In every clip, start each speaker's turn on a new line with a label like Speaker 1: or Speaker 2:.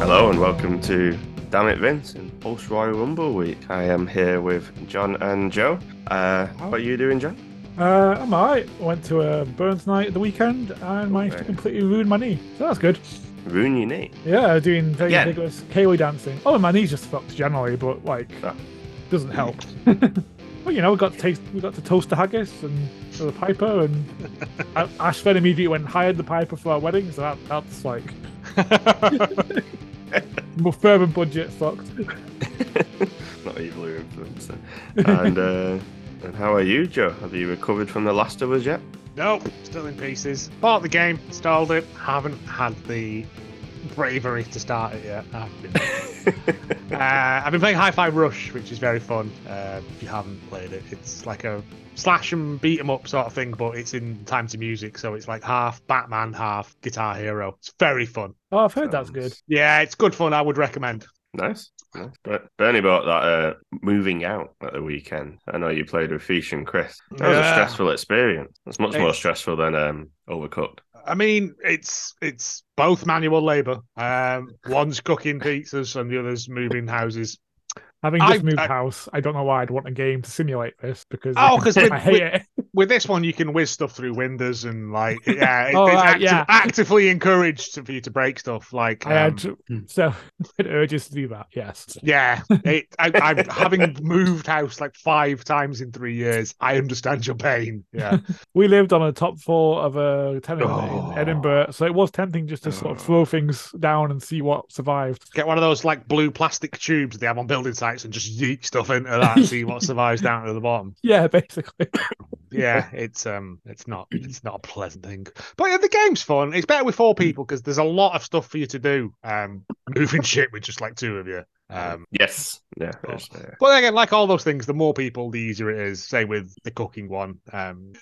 Speaker 1: Hello and welcome to Damn It Vince and Pulse Royal Rumble Week. I am here with John and Joe. Uh, how are you doing, John?
Speaker 2: Uh, I'm alright. I went to a Burns night at the weekend and managed to
Speaker 1: Okay.
Speaker 2: completely ruin my knee. So that's good.
Speaker 1: Ruin your knee.
Speaker 2: Yeah, doing very
Speaker 1: Yeah.
Speaker 2: ridiculous KO dancing. Oh, my knee's just fucked generally, but like,
Speaker 1: Ah.
Speaker 2: doesn't help. well, you know, we got to taste, we got to toast the haggis and to the piper, and A- Ash then immediately went and hired the piper for our wedding. So that, that's like more firm and budget fucked.
Speaker 1: Not evil or influencer. And uh, and how are you, Joe? Have you recovered from the last of us yet?
Speaker 3: nope, still in pieces. Bought the game, installed it, haven't had the bravery to start it yet. I've been, uh, I've been playing Hi Fi Rush, which is very fun. Uh, if you haven't played it, it's like a slash and beat 'em up sort of thing, but it's in time to music, so it's like half Batman, half Guitar Hero. It's very fun.
Speaker 2: Oh, I've heard that's good.
Speaker 1: Sounds
Speaker 3: Yeah, it's good fun. I would recommend.
Speaker 1: Nice. nice. But Bernie bought that uh, moving out at the weekend. I know you played with Fish and Chris. That was a
Speaker 3: Yeah.
Speaker 1: stressful experience. It's much more
Speaker 3: It's-
Speaker 1: stressful than um, Overcooked.
Speaker 3: I mean, it's it's both manual labour. Um, one's cooking pizzas and the other's moving houses.
Speaker 2: Having just
Speaker 3: I-
Speaker 2: moved
Speaker 3: I-
Speaker 2: house, I don't know why I'd want a game to simulate this because
Speaker 3: Oh, 'cause
Speaker 2: I
Speaker 3: with-
Speaker 2: hate
Speaker 3: with-
Speaker 2: it.
Speaker 3: with this one you can whiz stuff through windows and like yeah it-
Speaker 2: Oh,
Speaker 3: it's
Speaker 2: right,
Speaker 3: acti-
Speaker 2: yeah.
Speaker 3: actively encouraged for you to break stuff like
Speaker 2: I
Speaker 3: um,
Speaker 2: had so it urges to do that. Yes.
Speaker 3: yeah it, I, i'm having moved house like five times in three years i understand your pain yeah
Speaker 2: We lived on a top floor of a tenement
Speaker 3: Oh.
Speaker 2: in Edinburgh, so it was tempting just to sort of throw things down and see what survived.
Speaker 3: get one of those like blue plastic tubes they have on building sites and just yeet stuff into that and see what survives down to the bottom
Speaker 2: Yeah, basically.
Speaker 3: yeah it's um it's not it's not a pleasant thing but yeah, the game's fun it's better with four people because there's a lot of stuff for you to do um moving shit with just like two of you um oh.
Speaker 1: yes. Yeah. it's, uh,
Speaker 3: But then again, like all those things, the more people, the easier it is. Say with the cooking one, um,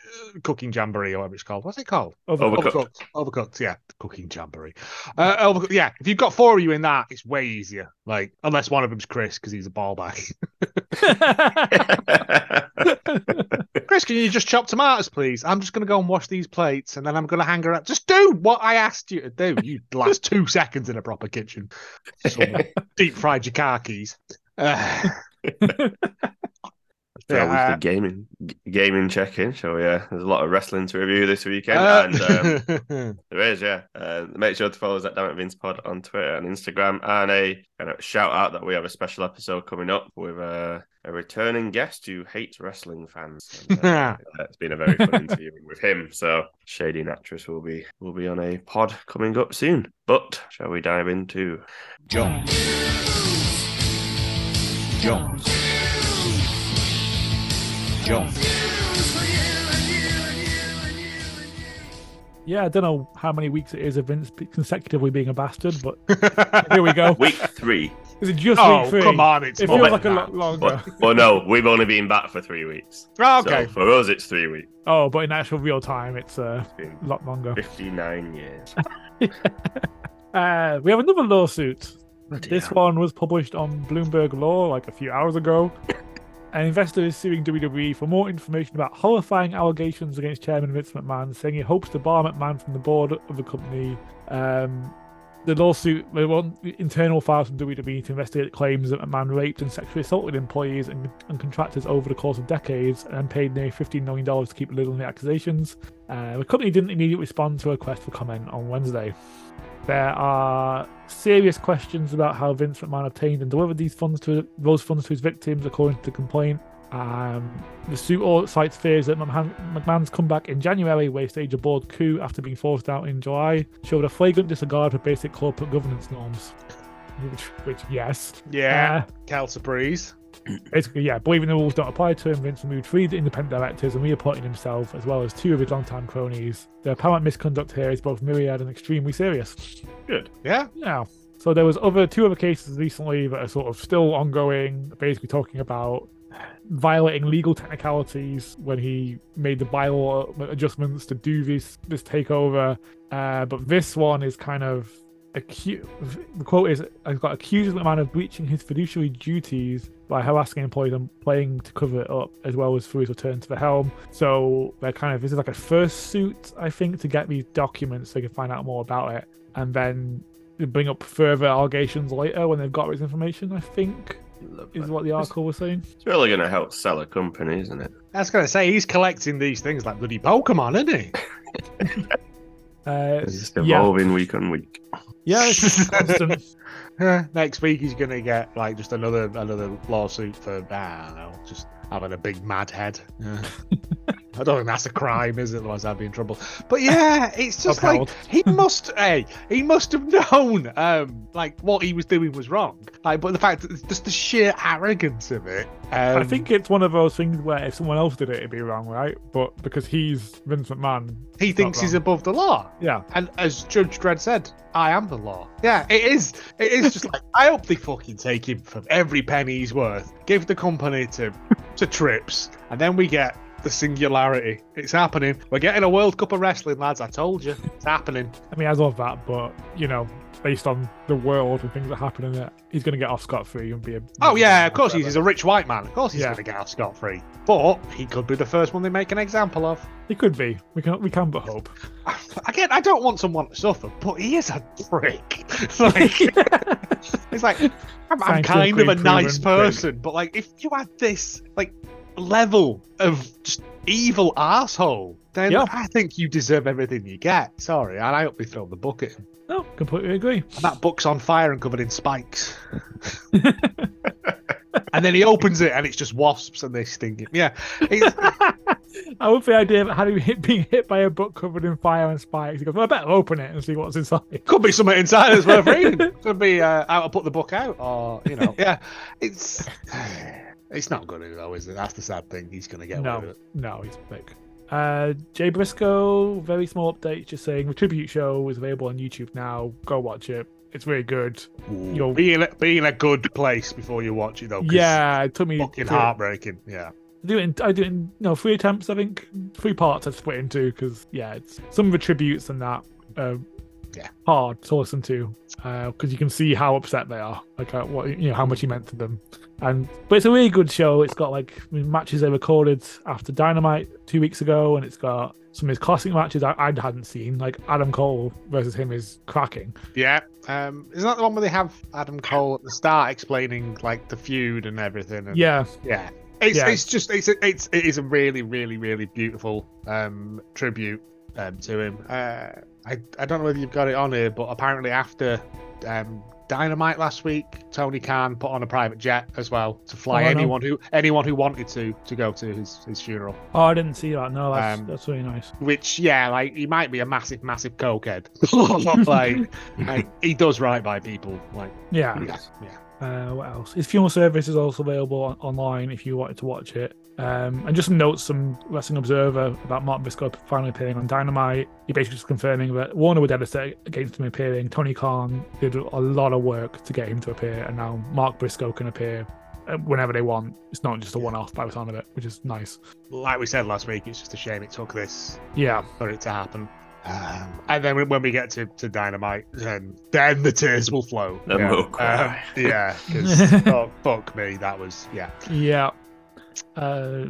Speaker 3: cooking jamboree or whatever it's called. What's it called?
Speaker 2: Overcooked.
Speaker 1: Overcooked.
Speaker 3: Overcooked. Overcooked, Yeah, cooking jamboree. Uh, overcooked. Yeah, if you've got four of you in that, it's way easier. Like unless one of them's Chris because he's a ball bag. Chris, can you just chop tomatoes, please? I'm just gonna go and wash these plates, and then I'm gonna hang around. Just do what I asked you to do. You last two seconds in a proper kitchen. Someone Deep fried your car keys. Uh,
Speaker 1: Yeah,
Speaker 3: Yeah,
Speaker 1: with
Speaker 3: uh,
Speaker 1: the gaming g- gaming check in. So yeah, there's a lot of wrestling to review this weekend,
Speaker 3: Uh,
Speaker 1: and um, there is. Yeah, uh, make sure to follow us at Damn It Vince Pod on Twitter and Instagram. And a kind of shout out that we have a special episode coming up with uh, a returning guest who hates wrestling fans. And, uh,
Speaker 3: um,
Speaker 1: uh, it's been a very fun interview with him. So Shady Actress will be will be on a pod coming up soon. But shall we dive into
Speaker 4: Jones. Jones. Jones.
Speaker 2: yeah, I don't know how many weeks it is of Vince consecutively being a bastard, but here we go.
Speaker 1: week three?
Speaker 2: Is it just week
Speaker 3: oh,
Speaker 2: three?
Speaker 3: come on. It's
Speaker 2: It
Speaker 3: more
Speaker 2: feels
Speaker 3: than
Speaker 2: like a lot
Speaker 3: that.
Speaker 2: longer.
Speaker 1: Well, well, no, we've only been back for three weeks.
Speaker 3: Oh,
Speaker 1: So
Speaker 3: okay.
Speaker 1: for us, it's three weeks.
Speaker 2: Oh, but in actual real time, it's uh,
Speaker 1: It's been
Speaker 2: a lot longer.
Speaker 1: 59 years.
Speaker 2: Uh, we have another lawsuit. This one was published on Bloomberg Law like a few hours ago. An investor is suing WWE for more information about horrifying allegations against Chairman Vince McMahon, saying he hopes to bar McMahon from the board of the company. Um, the lawsuit they want the internal files from WWE to investigate claims that McMahon raped and sexually assaulted employees and, and contractors over the course of decades, and paid nearly $15 million to keep a lid on the accusations. Uh, the company didn't immediately respond to a request for comment on Wednesday. There are serious questions about how Vince McMahon obtained and delivered these funds to those funds to his victims, according to the complaint. Um, the suit all cites fears that McMahon, McMahon's comeback in January, where he staged a board coup after being forced out in July, showed a flagrant disregard for basic corporate governance norms. Which, which yes,
Speaker 3: Yeah.
Speaker 2: Uh,
Speaker 3: Cal Surprise.
Speaker 2: basically, yeah, believing the rules don't apply to him, Vince removed three independent directors and reappointed himself, as well as two of his longtime cronies. The apparent misconduct here is both myriad and extremely serious.
Speaker 1: Good.
Speaker 3: Yeah.
Speaker 2: Yeah. So there was other two other cases recently that are sort of still ongoing, basically talking about violating legal technicalities when he made the bylaw adjustments to do this this takeover. Uh, but this one is kind of acute. The quote is: "I've got accused McMahon of breaching his fiduciary duties by harassing employees and playing to cover it up, as well as through his return to the helm." So they're kind of this is like a first suit, I think, to get these documents so they can find out more about it, and then bring up further allegations later when they've got this information. I think
Speaker 1: Lovely.
Speaker 2: is what the article was saying.
Speaker 1: It's really going to help sell a company, isn't it?
Speaker 3: That's gonna say he's collecting these things like bloody Pokemon, isn't he?
Speaker 2: Uh,
Speaker 1: It's just
Speaker 2: yeah,
Speaker 1: evolving week on week.
Speaker 2: yeah, it's just constant.
Speaker 3: Eh, Next week he's gonna get like just another another lawsuit for I don't know, just having a big mad head. Yeah. I don't think that's a crime, is it? Otherwise I'd be in trouble. But yeah, it's just
Speaker 2: Upheld.
Speaker 3: like he must hey, he must have known um like what he was doing was wrong. Like but the fact that it's just the sheer arrogance of it. Um,
Speaker 2: I think it's one of those things where if someone else did it, it'd be wrong, right? But because he's Vince McMahon,
Speaker 3: he thinks he's
Speaker 2: wrong.
Speaker 3: above the law.
Speaker 2: yeah,
Speaker 3: And as Judge Dredd said, I am the law. Yeah, it is. It is just like I hope they fucking take him for every penny he's worth. Give the company to to Trips, and then we get the singularity. It's happening. We're getting a World Cup of wrestling, lads. I told you, it's happening.
Speaker 2: I mean, I love that, but you know, based on the world and things that happen in it, he's going to get off scot free and be a.
Speaker 3: Oh yeah, of course he's, he's a rich white man. Of course he's
Speaker 2: Yeah.
Speaker 3: going to get off scot free. But he could be the first one they make an example of.
Speaker 2: He could be. We can we can but hope.
Speaker 3: Again, I don't want someone to suffer, but he is a prick. like, it's like I'm, I'm
Speaker 2: Thank you,
Speaker 3: kind of a
Speaker 2: Creed
Speaker 3: nice
Speaker 2: proven prick.
Speaker 3: person, but like if you had this like level of just evil asshole, then
Speaker 2: Yeah.
Speaker 3: I think you deserve everything you get. Sorry, and I hope they throw the book at him.
Speaker 2: No, completely agree.
Speaker 3: And that book's on fire and covered in spikes. and then he opens it, and it's just wasps, and they sting him. Yeah, it's,
Speaker 2: I love the idea of having hit, being hit by a book covered in fire and spikes. He goes, well, I better open it and see what's inside.
Speaker 3: Could be something inside that's worth reading. Could be uh, how to put the book out, or you know, yeah, it's it's not good though, is it? That's the sad thing. He's going to get away
Speaker 2: no,
Speaker 3: with it.
Speaker 2: no, he's big. Uh, Jay Briscoe, very small update, just saying the tribute show is available on YouTube now. Go watch it. It's really good. You'll-
Speaker 3: Be in, a, be in a good place before you watch it though. Oh, 'cause
Speaker 2: yeah, it took me
Speaker 3: it's fucking
Speaker 2: to-
Speaker 3: heartbreaking. Yeah,
Speaker 2: I do it. In, I do it in no three attempts. I think three parts. I split into because yeah, it's some of the tributes and that. Uh,
Speaker 3: Yeah.
Speaker 2: hard to listen to because you can see how upset they are, like uh, what you know how much he meant to them. And but it's a really good show. It's got like matches they recorded after Dynamite two weeks ago, and it's got some of his classic matches I, I hadn't seen, like Adam Cole versus him is cracking.
Speaker 3: yeah. Um, isn't that the one where they have Adam Cole at the start explaining like the feud and everything? And,
Speaker 2: Yeah,
Speaker 3: yeah. It's,
Speaker 2: Yeah.
Speaker 3: it's just it's a, it's it is a really really really beautiful um tribute um to him. Uh, I I don't know whether you've got it on here, but apparently after um Dynamite last week, Tony Khan put on a private jet as well to fly
Speaker 2: Oh, I know.
Speaker 3: anyone who anyone who wanted to to go to his his funeral.
Speaker 2: oh, I didn't see that. No, that's
Speaker 3: Um,
Speaker 2: that's really nice.
Speaker 3: Which yeah, like he might be a massive massive cokehead, like, like he does right by people. Like
Speaker 1: Hmm.
Speaker 2: Yeah.
Speaker 3: yeah, yeah.
Speaker 2: Uh, what else? His funeral service is also available on- online if you wanted to watch it. Um, and just some notes from Wrestling Observer about Mark Briscoe finally appearing on Dynamite. He basically just confirming that Warner were devastated against him appearing. Tony Khan did a lot of work to get him to appear, and now Mark Briscoe can appear uh, whenever they want. It's not just a one-off by the sound of it, which is nice.
Speaker 3: Like we said last week, it's just a shame it took this
Speaker 2: Yeah,
Speaker 3: for it to happen. Um, and then when- when we get to, to dynamite, then then the tears will flow.
Speaker 1: Then
Speaker 3: yeah,
Speaker 1: we'll
Speaker 2: Uh,
Speaker 1: cry.
Speaker 3: Um, yeah, 'cause fuck, fuck me, that was yeah.
Speaker 2: yeah. Uh,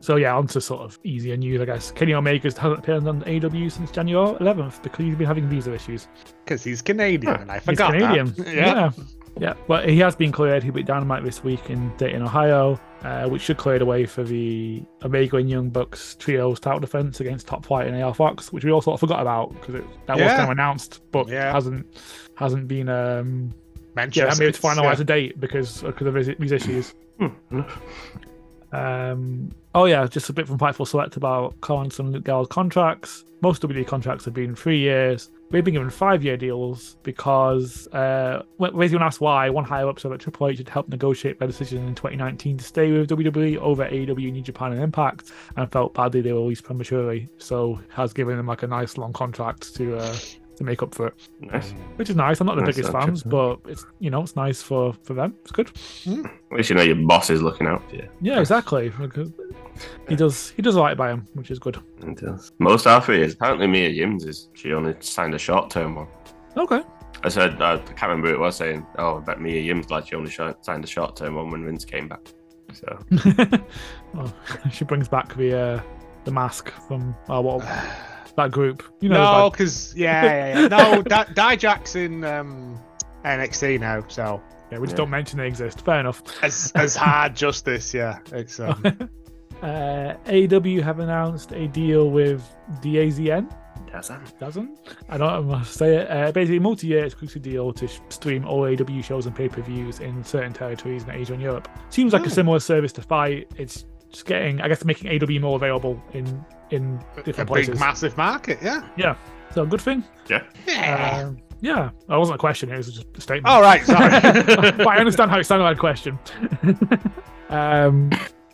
Speaker 2: so yeah, on to sort of easier news, I guess. Kenny Omega hasn't appeared on AW since January 11th because he's been having visa issues.
Speaker 3: Because he's Canadian, and I
Speaker 2: He's
Speaker 3: forgot. that.
Speaker 2: Canadian.
Speaker 3: Yeah.
Speaker 2: yeah. Yeah. But he has been cleared. He'll be at Dynamite this week in Dayton, Ohio, uh, which should clear the way for the Omega and Young Bucks trios title defense against Top Flight and AR Fox, which we all sort of forgot about because that was
Speaker 3: Yeah.
Speaker 2: kind of announced, but
Speaker 3: Yeah. hasn't-
Speaker 2: hasn't hasn't been um
Speaker 3: Manchester.
Speaker 2: yeah, I'm able to finalize
Speaker 3: yeah.
Speaker 2: a date because because of these- these issues.
Speaker 1: Hmm.
Speaker 2: Um, oh yeah, just a bit from Fightful Select about Collins and Luke Gallows contracts. Most WWE contracts have been three years. We've been given five-year deals because uh, when when anyone asked why, one higher up said that Triple H had helped negotiate their decision in 2019 to stay with WWE over AEW, New Japan, and Impact, and felt badly they were released prematurely. So has given them like a nice long contract to uh, to make up for it
Speaker 1: Nice.
Speaker 2: which is nice. I'm not the
Speaker 1: Nice
Speaker 2: biggest
Speaker 1: little
Speaker 2: fans,
Speaker 1: trip,
Speaker 2: but it's you know it's nice for for them. It's good.
Speaker 1: At least you know your boss is looking out for you.
Speaker 2: Yeah, exactly. Because He does he does right by him, which is good.
Speaker 1: It does. uh, Most half of it is. Apparently, Mia Yim's is. She only signed a short term one.
Speaker 2: Okay.
Speaker 1: I said, uh, I can't remember who it was saying, oh, I bet Mia Yim's glad she only sh- signed a short term one when Vince came back. So,
Speaker 2: Hmm. oh, she brings back the uh, the mask from uh, what that group. You know,
Speaker 3: No, because yeah, yeah, yeah. No, Di Dijak's in um, NXT now, so
Speaker 2: like- yeah, we just
Speaker 1: Yeah.
Speaker 2: don't mention they exist. Fair enough.
Speaker 3: as as hard justice, yeah. It's um,
Speaker 2: Uh, AW have announced a deal with DAZN.
Speaker 1: Doesn't.
Speaker 2: Doesn't I don't know how to say it. Uh, basically, multi-year exclusive deal to sh- stream all AW shows and pay-per-views in certain territories in Asia and Europe. Seems like
Speaker 3: Oh.
Speaker 2: a similar service to Fight. It's just getting, I guess, making AW more available in in
Speaker 3: a
Speaker 2: different
Speaker 3: big,
Speaker 2: places.
Speaker 3: massive market, yeah.
Speaker 2: yeah, so good thing.
Speaker 1: Yeah.
Speaker 3: Yeah.
Speaker 2: Um, yeah, that wasn't a question. It was just a statement.
Speaker 3: All right, sorry.
Speaker 2: but I understand how it sounded like a question. um,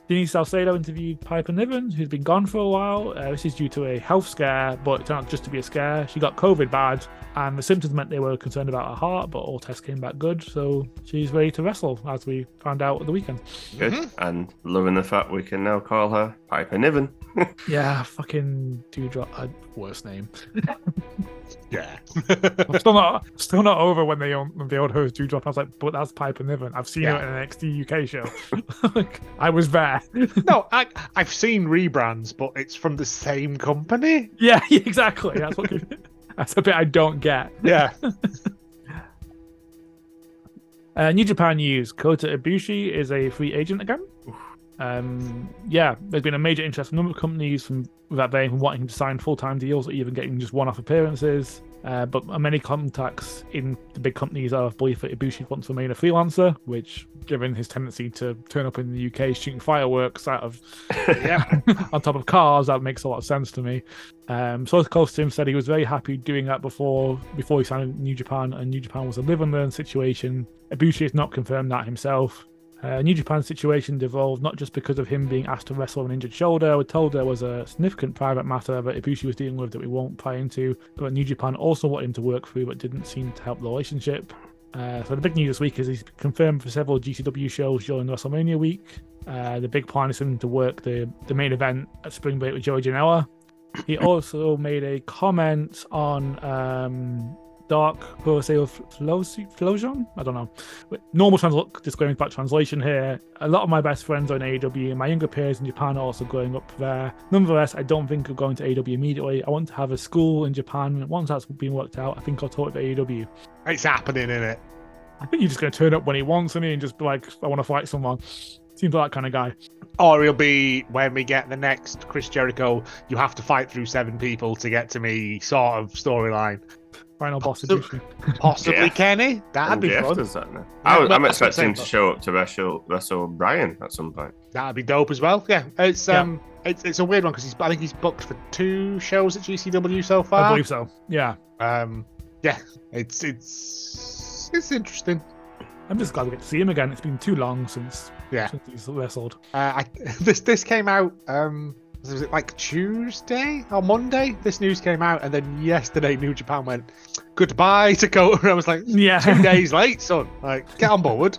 Speaker 2: Denise Salcedo interviewed Piper Niven, who's been gone for a while. Uh, this is due to a health scare, but it turned out just to be a scare. She got COVID bad, and the symptoms meant they were concerned about her heart, but all tests came back good, so she's ready to wrestle, as we found out at the weekend.
Speaker 1: Good.
Speaker 2: Mm-hmm.
Speaker 1: And loving the fact we can now call her Piper Niven.
Speaker 2: Yeah, fucking Dewdrop, uh, worst name.
Speaker 3: yeah.
Speaker 2: I'm still not, still not over when they own, when they owned her as Dewdrop. I was like, but that's Piper Niven. I've seen
Speaker 3: Yeah.
Speaker 2: her at an NXT UK show. like, I was there.
Speaker 3: no, I, I've seen rebrands, but it's from the same company.
Speaker 2: Yeah, exactly. That's what. that's a bit I don't get.
Speaker 3: Yeah.
Speaker 2: Uh, New Japan news: Kota Ibushi is a free agent again. Um, yeah, there's been a major interest from a number of companies from that vein from wanting him to sign full-time deals or even getting just one-off appearances. Uh, but many contacts in the big companies are of belief that Ibushi wants to remain a freelancer, which, given his tendency to turn up in the UK shooting fireworks out of
Speaker 3: yeah.
Speaker 2: on top of cars. That makes a lot of sense to me. Um, so close to him said he was very happy doing that before before he signed with New Japan, and New Japan was a live and learn situation. Ibushi has not confirmed that himself. Uh, New Japan's situation devolved not just because of him being asked to wrestle an injured shoulder. We're told there was a significant private matter that Ibushi was dealing with that we won't pry into, but New Japan also wanted him to work through, but didn't seem to help the relationship. Uh, so the big news this week is he's confirmed for several GCW shows during WrestleMania week. Uh, the big plan is for him to work the, the main event at Spring Break with Joey Janela. He also made a comment on um, Dark Corsair Flosion. I don't know. But Normal transl- disclaimer about translation here. A lot of my best friends are in AEW. and My younger peers in Japan are also going up there. Nonetheless, I don't think of going to AEW immediately. I want to have a school in Japan. Once that's been worked out, I think I'll talk to AEW.
Speaker 3: It's happening, isn't it?
Speaker 2: I think he's just going to turn up when he wants, and he and just be like, "I want to fight someone." Seems like that kind of guy.
Speaker 3: Or it'll be when we get the next Chris Jericho, you have to fight through seven people to get to me sort of storyline.
Speaker 2: Final boss
Speaker 3: So-
Speaker 2: edition.
Speaker 3: Possibly
Speaker 1: Yeah.
Speaker 3: Kenny? That'd
Speaker 1: And
Speaker 3: be
Speaker 1: Jeff
Speaker 3: fun.
Speaker 1: does that now. I was,
Speaker 3: well,
Speaker 1: I'm
Speaker 3: that's what I'm
Speaker 1: expecting him to
Speaker 3: saying,
Speaker 1: show up to wrestle wrestle Brian at some point.
Speaker 3: That'd be dope as well. Yeah, it's
Speaker 2: Yeah.
Speaker 3: um, it's, it's a weird one because he's I think he's booked for two shows at GCW so far.
Speaker 2: I believe so. Yeah,
Speaker 3: Um, yeah, it's it's it's interesting.
Speaker 2: I'm just glad we get to see him again. It's been too long since
Speaker 3: Yeah.
Speaker 2: since he's wrestled.
Speaker 3: Uh, I, this this came out um, was it like Tuesday or Monday? This news came out, and then yesterday New Japan went goodbye to Kota. And I was like,
Speaker 2: Yeah.
Speaker 3: two days late, son. Like, get on board.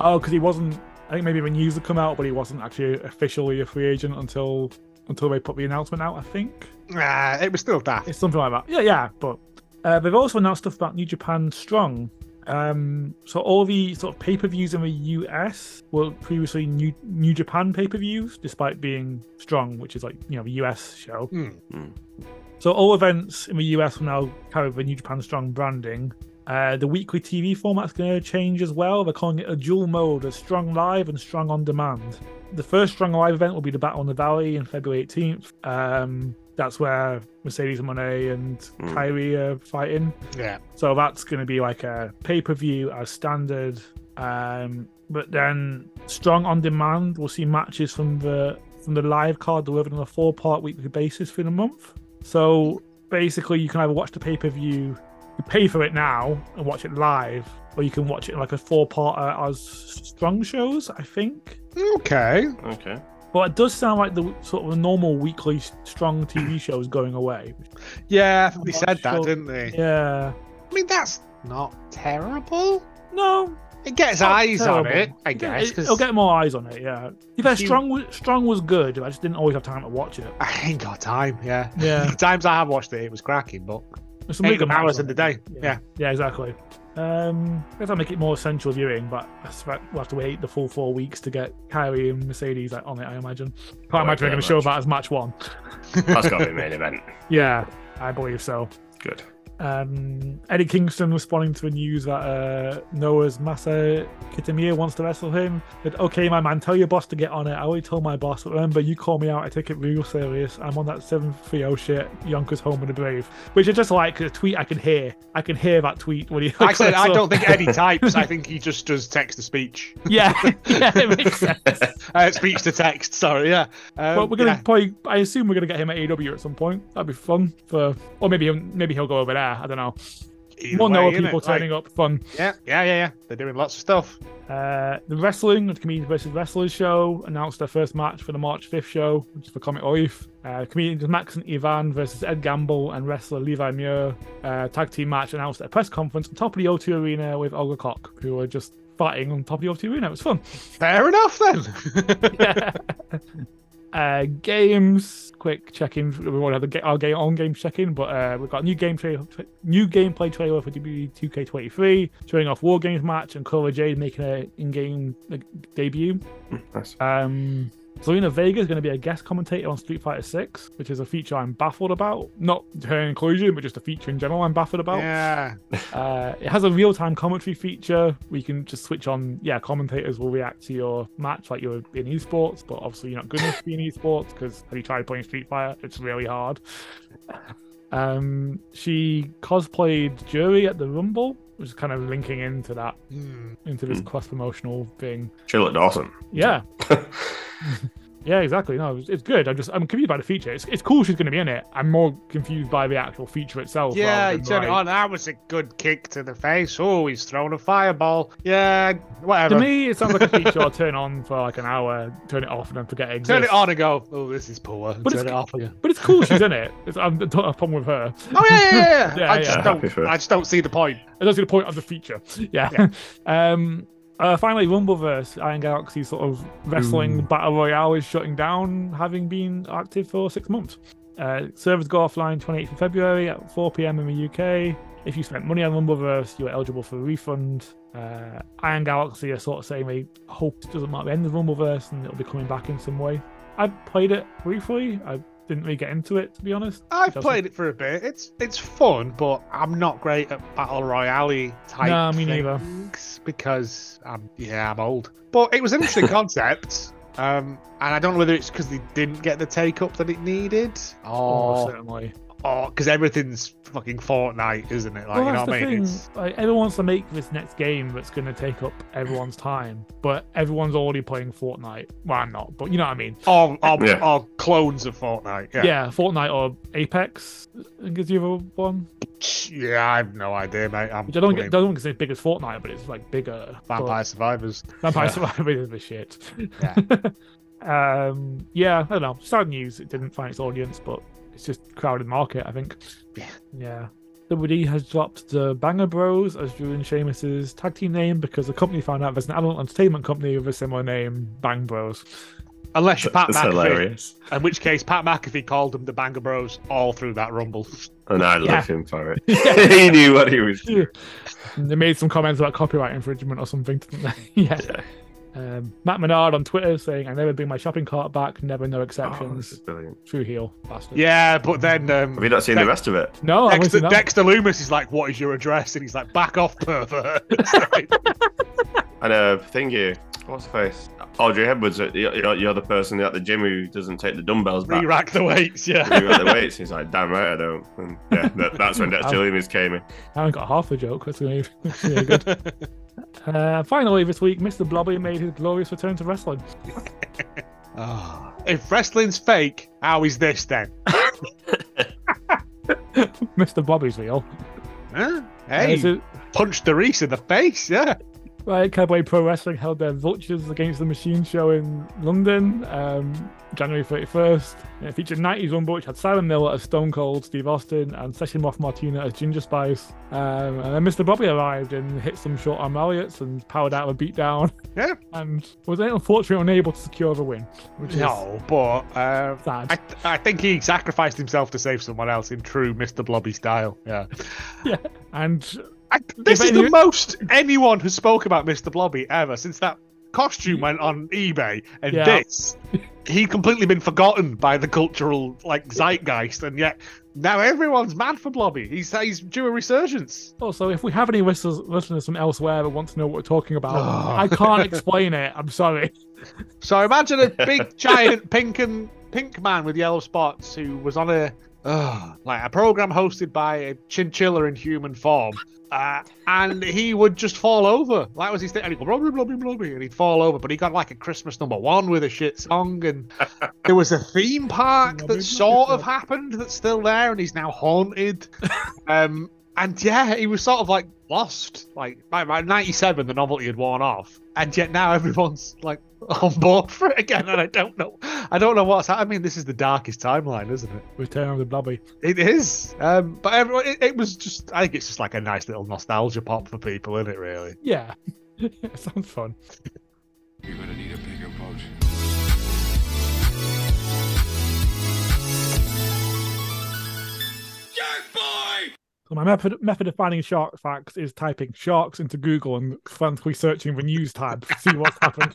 Speaker 2: oh, because he wasn't. I think maybe when news had come out, but he wasn't actually officially a free agent until until they put the announcement out. I think.
Speaker 3: Uh, it was still daft.
Speaker 2: It's something like that. Yeah, yeah. But uh, they've also announced stuff about New Japan Strong. Um, so all the sort of pay-per-views in the US were previously New New Japan pay-per-views, despite being Strong, which is like you know the US show.
Speaker 3: Hmm.
Speaker 2: So all events in the US will now carry the New Japan Strong branding. Uh, the weekly TV format's going to change as well. They're calling it a dual mode of Strong Live and Strong On Demand. The first Strong Live event will be the Battle in the Valley in February 18th. Um, that's where Mercedes Monet and
Speaker 1: Mm.
Speaker 2: Kyrie are fighting.
Speaker 3: Yeah,
Speaker 2: So that's going to be like a pay per view as standard. Um, but then strong on demand, we'll see matches from the from the live card delivered on a four part weekly basis for the month. So basically, you can either watch the pay per view, you pay for it now and watch it live, or you can watch it in like a four part uh, as strong shows. I think.
Speaker 3: okay.
Speaker 1: Okay.
Speaker 2: But it does sound like the sort of normal weekly strong TV show is going away.
Speaker 3: Yeah, I think they
Speaker 2: I'm
Speaker 3: said
Speaker 2: not
Speaker 3: that,
Speaker 2: sure.
Speaker 3: didn't they?
Speaker 2: Yeah.
Speaker 3: I mean, that's not terrible.
Speaker 2: No,
Speaker 3: It gets
Speaker 2: not
Speaker 3: eyes on
Speaker 2: Oh, terrible.
Speaker 3: it, I
Speaker 2: Yeah,
Speaker 3: guess.
Speaker 2: it-
Speaker 3: 'cause-
Speaker 2: it'll get more eyes on it. Yeah, if I
Speaker 3: If you-
Speaker 2: strong was, strong was good, I just didn't always have time to watch it.
Speaker 3: I ain't got time. Yeah,
Speaker 2: Yeah,
Speaker 3: the times I have watched it, it was cracking, but
Speaker 2: There's some
Speaker 3: eight
Speaker 2: really good matches
Speaker 3: hours
Speaker 2: on
Speaker 3: in
Speaker 2: it.
Speaker 3: the day. Yeah,
Speaker 2: yeah, exactly. Um, I guess I'll make it more essential viewing, but I suspect we'll have to wait the full four weeks to get Kyrie and Mercedes like, on it. I imagine. Can't
Speaker 3: Oh,
Speaker 1: Right,
Speaker 2: imagine
Speaker 1: yeah,
Speaker 2: they're going to show
Speaker 1: match.
Speaker 2: that as match one.
Speaker 1: That's got to be main event.
Speaker 2: Yeah, I believe so.
Speaker 1: Good.
Speaker 2: Um, Eddie Kingston responding to the news that uh, Noah's Masa Kitamiya wants to wrestle him. Said, okay, my man, tell your boss to get on it. I already told my boss, but remember, you call me out. I take it real serious. I'm on that 730 shit. Yonkers home with the brave. Which is just like a tweet I can hear. I can hear that tweet when he.
Speaker 3: I said I
Speaker 2: so-
Speaker 3: don't think Eddie types. I think he just does text to speech,
Speaker 2: Yeah, yeah, it makes sense.
Speaker 3: uh, speech to text. Sorry, yeah. Um,
Speaker 2: But we're gonna
Speaker 3: yeah.
Speaker 2: probably. I assume we're gonna get him at AW at some point. That'd be fun for, or maybe he'll, maybe he'll go over there. I don't know.
Speaker 3: Either
Speaker 2: More Noah
Speaker 3: way, innit?
Speaker 2: people
Speaker 3: Like,
Speaker 2: turning up. Fun.
Speaker 3: yeah, yeah, yeah, yeah. They're doing lots of stuff.
Speaker 2: Uh, the wrestling, the comedians versus wrestlers show, announced their first match for the March 5th show, which is for Comic Relief. Uh, comedians Max and Ivan versus Ed Gamble and wrestler Levi Muir. Uh, tag team match announced at a press conference on top of the O2 Arena with Olga Koch, who were just fighting on top of the O2 Arena. It was fun.
Speaker 3: Fair enough then.
Speaker 2: uh, games, quick check-in. We already had the ga- our game on game check-in, but uh, we've got a new game tra- tra- new gameplay trailer for E WWE 2K23, showing off War Games match and Cora Jade making her in-game like, debut.
Speaker 1: Nice.
Speaker 2: Um, Selena Vega is going to be a guest commentator on Street Fighter 6, which is a feature I'm baffled about. Not her inclusion, but just a feature in general I'm baffled about.
Speaker 3: yeah.
Speaker 2: Uh, it has a real-time commentary feature where you can just switch on. Yeah, commentators will react to your match like you're in esports, but obviously you're not good enough to be in esports because have you tried playing Street Fighter? It's really hard. Um, she cosplayed Jury at the Rumble, which is kind of linking into that
Speaker 3: Hmm.
Speaker 2: into this cross-promotional thing.
Speaker 1: She looked awesome.
Speaker 2: Yeah. Yeah, exactly. No, it's, it's good. I'm just I'm confused by the feature. It's, it's cool she's going to be in it. I'm more confused by the actual feature itself.
Speaker 3: Yeah,
Speaker 2: rather
Speaker 3: you
Speaker 2: than,
Speaker 3: turn it
Speaker 2: like-
Speaker 3: on. That was a good kick to the face. Oh, he's thrown a fireball. Yeah, whatever.
Speaker 2: To me, it sounds like a feature I'll turn on for like an hour, turn it off, and then forget it exists.
Speaker 3: turn it on and go. Oh, this is poor.
Speaker 2: But
Speaker 3: turn
Speaker 2: it's-
Speaker 3: it off again.
Speaker 2: But it's cool she's in it. It's, I don't have a problem with her.
Speaker 3: Oh yeah, yeah, yeah.
Speaker 2: Yeah,
Speaker 3: I
Speaker 2: yeah.
Speaker 3: just
Speaker 1: Happy for
Speaker 3: don't.
Speaker 1: her.
Speaker 3: I just don't see the point.
Speaker 2: I don't see the point of the feature. Yeah. um. Uh, finally, Rumbleverse, Iron Galaxy sort of wrestling battle royale is shutting down, having been active for six months. Uh, servers go offline 28th of February at 4 p.m. in the UK. If you spent money on Rumbleverse, you're eligible for a refund. Uh, Iron Galaxy are sort of saying they hope it doesn't mark the end of Rumbleverse and it'll be coming back in some way. I played it briefly. I didn't really get into it, to be honest.
Speaker 3: I've
Speaker 2: Doesn't-
Speaker 3: played it for a bit. It's it's fun, but I'm not great at battle royale type
Speaker 2: No, me neither.
Speaker 3: things because I'm yeah I'm old. But it was an interesting concept. Um, and I don't know whether it's because they didn't get the take up that it needed,
Speaker 2: Oh,
Speaker 3: or
Speaker 2: certainly.
Speaker 3: or because everything's fucking Fortnite, isn't it? Like
Speaker 2: well,
Speaker 3: you know
Speaker 2: that's
Speaker 3: what I
Speaker 2: the
Speaker 3: mean?
Speaker 2: thing.
Speaker 3: It's-
Speaker 2: Like, everyone wants to make this next game that's going to take up everyone's time, but everyone's already playing Fortnite. Well, I'm not, but you know what I mean.
Speaker 3: Or, or,
Speaker 1: Yeah.
Speaker 3: or clones of Fortnite.
Speaker 2: Yeah,
Speaker 3: Yeah.
Speaker 2: Fortnite or Apex. I think is the other one,
Speaker 3: Yeah, I have no idea, mate. I'm
Speaker 2: which I don't
Speaker 3: playing
Speaker 2: get. Don't think it's as big as Fortnite, but it's like bigger. but-
Speaker 3: Vampire Survivors.
Speaker 2: Vampire
Speaker 3: Yeah.
Speaker 2: Survivor is the shit.
Speaker 3: Yeah.
Speaker 2: um, yeah, I don't know. Sad news. It didn't find its audience, but it's just crowded market, I think.
Speaker 3: Yeah.
Speaker 2: Yeah. WWE has dropped the Banger Bros as Drew and Sheamus's tag team name because the company found out there's an adult entertainment company with a similar name, Bang Bros.
Speaker 3: Unless Pat
Speaker 1: That's
Speaker 3: McAfee,
Speaker 1: hilarious.
Speaker 3: in which case Pat McAfee called them the Banger Bros all through that Rumble.
Speaker 1: And I love
Speaker 2: Yeah.
Speaker 1: him for it. he knew what he was doing.
Speaker 2: And they made some comments about copyright infringement or something, didn't they? yeah.
Speaker 1: Yeah.
Speaker 2: Um, Matt Menard on Twitter saying, "I never bring my shopping cart back. Never, no
Speaker 1: Oh, this is
Speaker 2: exceptions.
Speaker 1: brilliant.
Speaker 2: True heel, bastard."
Speaker 3: Yeah, but then um,
Speaker 1: Have you not seen the rest of it?
Speaker 2: No, I
Speaker 3: Dexter,
Speaker 2: wasn't. that.
Speaker 3: Dexter Loomis is like, "What is your address?" And he's like, "Back off, pervert." It's like,
Speaker 1: And uh, thingy, what's the face? Audrey Edwards, uh, you're, you're- you're the person at the gym who doesn't take the dumbbells back.
Speaker 3: Re-rack the weights. Yeah.
Speaker 1: Rewrite the weights. He's like, damn right, I don't. And yeah, that, that's when Dexter Loomis came in.
Speaker 2: I haven't got half a joke. That's really, that's really good. uh, finally, this week, Mr. Blobby made his glorious return to wrestling.
Speaker 3: Ah. if wrestling's fake, how is this then?
Speaker 2: Mr. Blobby's real. Uh,
Speaker 3: Huh? Hey,
Speaker 2: so-
Speaker 3: punched the Reese in the face. Yeah.
Speaker 2: Right, Cowboy Pro Wrestling held their Vultures Against the Machine show in London, um, January 31st. And It featured 90s Rumble, which had Simon Miller as Stone Cold, Steve Austin, and Session Moth Martina as Ginger Spice. Um, and then Mr. Bobby arrived and hit some short arm Elliots and powered out of a beatdown.
Speaker 3: Yeah.
Speaker 2: And was unfortunately unable to secure the win, which is
Speaker 3: No, but uh,
Speaker 2: sad.
Speaker 3: I, th- I think he sacrificed himself to save someone else in true Mr. Blobby style. Yeah.
Speaker 2: And
Speaker 3: I, this
Speaker 2: If
Speaker 3: is the
Speaker 2: any-
Speaker 3: most anyone has spoke about Mr. Blobby ever since that costume went on eBay. And
Speaker 2: Yeah.
Speaker 3: this, he'd completely been forgotten by the cultural like zeitgeist, and yet now everyone's mad for Blobby. He's he's due a resurgence.
Speaker 2: Also, if we have any listeners, listeners from elsewhere that want to know what we're talking about,
Speaker 3: Oh.
Speaker 2: I can't explain it. I'm sorry.
Speaker 3: So imagine a big giant pink and pink man with yellow spots who was on a uh, like a program hosted by a chinchilla in human form, uh, and he would just fall over. That was his thing, and he'd go blubby blubby blubby, and he'd fall over. But he got like a Christmas number one with a shit song, and there was a theme park
Speaker 2: Blubby,
Speaker 3: that sort of
Speaker 2: blubby.
Speaker 3: happened that's still there, and he's now haunted. Um, and yeah, he was sort of like lost. Like by, by 97, the novelty had worn off, and yet now everyone's like on board for it again. And I don't know, I don't know what's. hap- I mean, this is the darkest timeline, isn't it?
Speaker 2: Return of the Blobby.
Speaker 3: It is. Um, but everyone, it, it was just. I think it's just like a nice little nostalgia pop for people, isn't it? Really.
Speaker 2: Yeah. Sounds fun.
Speaker 4: You're gonna need a bigger boat.
Speaker 2: So my method, method of finding shark facts is typing sharks into Google and frantically searching the news tab to see what's happened.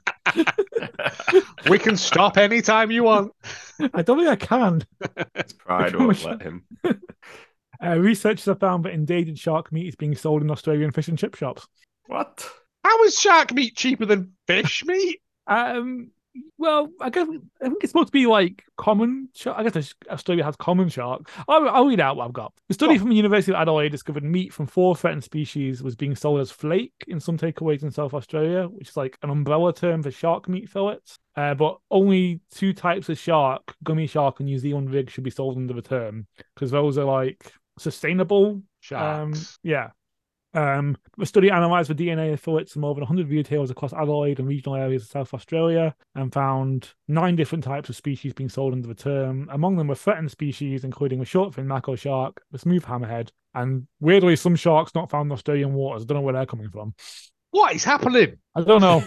Speaker 3: We can stop anytime you want.
Speaker 2: I don't think I can.
Speaker 1: Pride won't let him.
Speaker 2: Uh, researchers have found that endangered shark meat is being sold in Australian fish and chip shops.
Speaker 1: What?
Speaker 3: How is shark meat cheaper than fish meat?
Speaker 2: Um, well, I guess I think it's supposed to be like common shark. I guess Aus- Australia has common shark. I'll, I'll read out what I've got. The study
Speaker 3: Go on.
Speaker 2: from the University of Adelaide discovered meat from four threatened species was being sold as flake in some takeaways in South Australia, which is like an umbrella term for shark meat fillets. Uh, but only two types of shark, gummy shark and New Zealand rig, should be sold under the term because those are like sustainable um,
Speaker 3: Sharks.
Speaker 2: yeah. Um, the study analysed the DNA of fillets in more than 100 retailers across Adelaide and regional areas of South Australia and found nine different types of species being sold under the term. Among them were threatened species, including the shortfin mako shark, the smooth hammerhead, and weirdly, some sharks not found in Australian waters. don't know where they're coming from.
Speaker 3: What is happening?
Speaker 2: I don't know.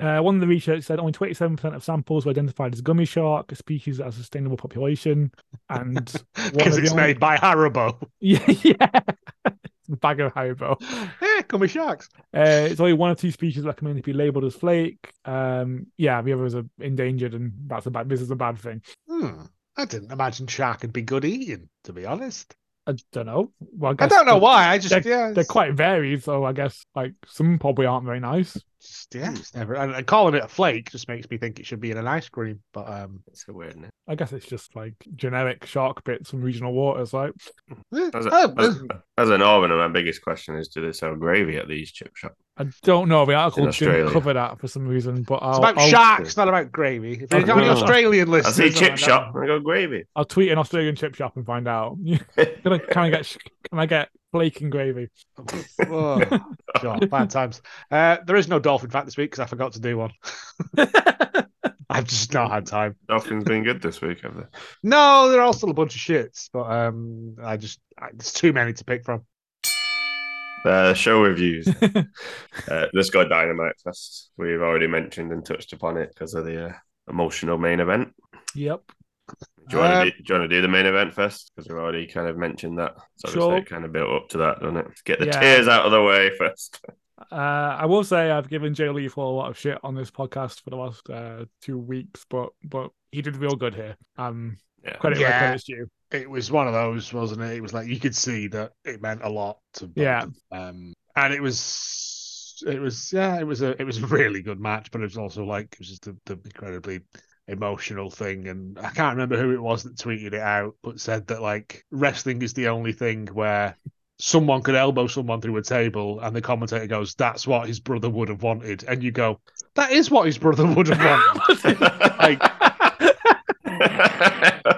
Speaker 2: Uh, one of the research said only 27% of samples were identified as gummy shark, a species that has a sustainable population, and One of
Speaker 3: Because
Speaker 2: the
Speaker 3: it's
Speaker 2: only-
Speaker 3: made by Haribo.
Speaker 2: yeah, yeah, bag of Haribo.
Speaker 3: yeah, come with sharks.
Speaker 2: Uh, it's only one or two species recommended to be labelled as flake. Um, yeah, the others are endangered, and that's a bad. This is a bad thing.
Speaker 3: Hmm. I didn't imagine shark would be good eating, to be honest.
Speaker 2: I don't know. Well, I,
Speaker 3: I
Speaker 2: guess
Speaker 3: don't know
Speaker 2: they're-
Speaker 3: why. I just yeah,
Speaker 2: They're
Speaker 3: it's
Speaker 2: quite varied, so I guess like some probably aren't very nice.
Speaker 3: just, yeah, it's never. And, and calling it a flake just makes me think it should be in an ice cream. But um,
Speaker 1: It's a weirdness.
Speaker 2: I guess it's just like generic shark bits from regional waters, right?
Speaker 3: eh,
Speaker 1: As, a,
Speaker 3: oh,
Speaker 1: as,
Speaker 3: eh,
Speaker 1: as an Northerner, my biggest question is: Do they sell gravy at these chip shops?
Speaker 2: I don't know. The article
Speaker 1: Australia.
Speaker 2: didn't cover that for some reason, but
Speaker 3: it's
Speaker 2: I'll
Speaker 3: about
Speaker 2: I'll,
Speaker 3: sharks, not about gravy. If you've got any
Speaker 1: Oh.
Speaker 3: Australian
Speaker 1: I see
Speaker 3: listeners,
Speaker 1: chip
Speaker 3: I'm
Speaker 1: shop. and I go gravy.
Speaker 2: I'll tweet an Australian chip shop and find out. can I can I get sh- can I get flake and gravy?
Speaker 3: like, oh, God, bad times. Uh, there is no dolphin fact this week because I forgot to do one. I've just not had time.
Speaker 1: Dolphins been good this week, have they?
Speaker 3: No, they're all still a bunch of shits, but um, I just I, there's too many to pick from.
Speaker 1: Uh, show reviews. uh, let's go Dynamite first. We've already mentioned and touched upon it because of the uh, emotional main event.
Speaker 2: yep.
Speaker 1: Do you,
Speaker 2: Uh,
Speaker 1: want
Speaker 3: Um,
Speaker 1: to do, do you want to do the main event first? Because we've already kind of mentioned that. So obviously
Speaker 2: Sure.
Speaker 1: it kind of built up to that, doesn't it? Get the
Speaker 2: Yeah.
Speaker 1: tears out of the way first.
Speaker 2: Uh, I will say I've given Jay Lethal a lot of shit on this podcast for the last uh, two weeks, but but he did real good here. Um,
Speaker 1: Yeah.
Speaker 2: credit
Speaker 3: Yeah.
Speaker 2: where credit's due.
Speaker 3: it was one of those, wasn't it? It was like you could see that it meant a lot to both
Speaker 2: Yeah.
Speaker 3: of them. Um, and it was, it was, yeah, it was a, it was a really good match, but it was also like it was just the, the incredibly emotional thing. And I can't remember who it was that tweeted it out, but said that like wrestling is the only thing where someone could elbow someone through a table, and the commentator goes, "That's what his brother would have wanted," and you go, "That is what his brother would have wanted," Like-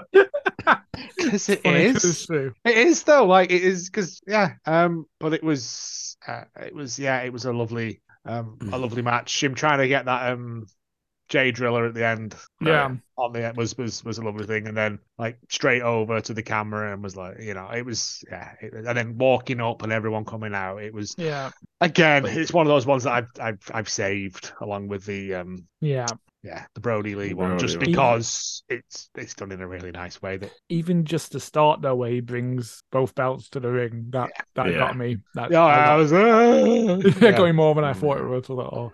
Speaker 3: because it
Speaker 2: Funny 'cause
Speaker 3: is.
Speaker 2: it's true.
Speaker 3: It is though, like it is because yeah, um, but it was, uh, it was yeah, it was a lovely, um, a lovely match. Him trying to get that um, J driller at the end
Speaker 1: No,
Speaker 2: yeah.
Speaker 3: on the end was was was a lovely thing, and then like straight over to the camera and was like, you know, it was yeah, it, and then walking up and everyone coming out, it was
Speaker 2: yeah,
Speaker 3: again, it's one of those ones that I've I've I've saved along with the um
Speaker 2: yeah,
Speaker 3: yeah, the Brody Lee
Speaker 1: The
Speaker 3: one, just
Speaker 1: Brody
Speaker 2: one.
Speaker 3: because it's it's done in a really nice way. That
Speaker 2: Even just to start though, where he brings both belts to the ring, that that
Speaker 1: Yeah.
Speaker 2: got me. That,
Speaker 3: yeah, oh, I was uh,
Speaker 2: yeah. going more
Speaker 1: Mm.
Speaker 2: than I thought it was. I thought, oh,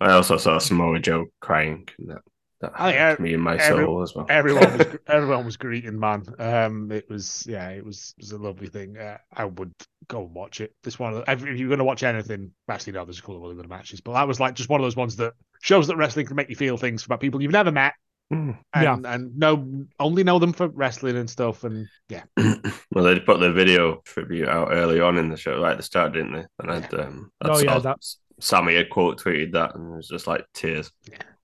Speaker 1: I also saw Samoa Joe crying. and That that
Speaker 3: Oh, yeah.
Speaker 1: hurt me in my
Speaker 3: Every-
Speaker 1: soul as well.
Speaker 3: everyone was everyone was greeting man. Um, it was yeah, it was it was a lovely thing. Uh, I would go and watch it. This one, of the- if you're going to watch anything, actually no, there's a couple of other good matches, but that was like just one of those ones that shows that wrestling can make you feel things about people you've never met.
Speaker 1: Mm.
Speaker 3: And, and know only know them for wrestling and stuff, and yeah,
Speaker 1: well, they put the video tribute out early on in the show, right at the start, didn't they? And I'd, um, I'd
Speaker 2: Oh,
Speaker 1: saw
Speaker 2: yeah, that-
Speaker 1: Sammy had quote tweeted that, and it was just like tears,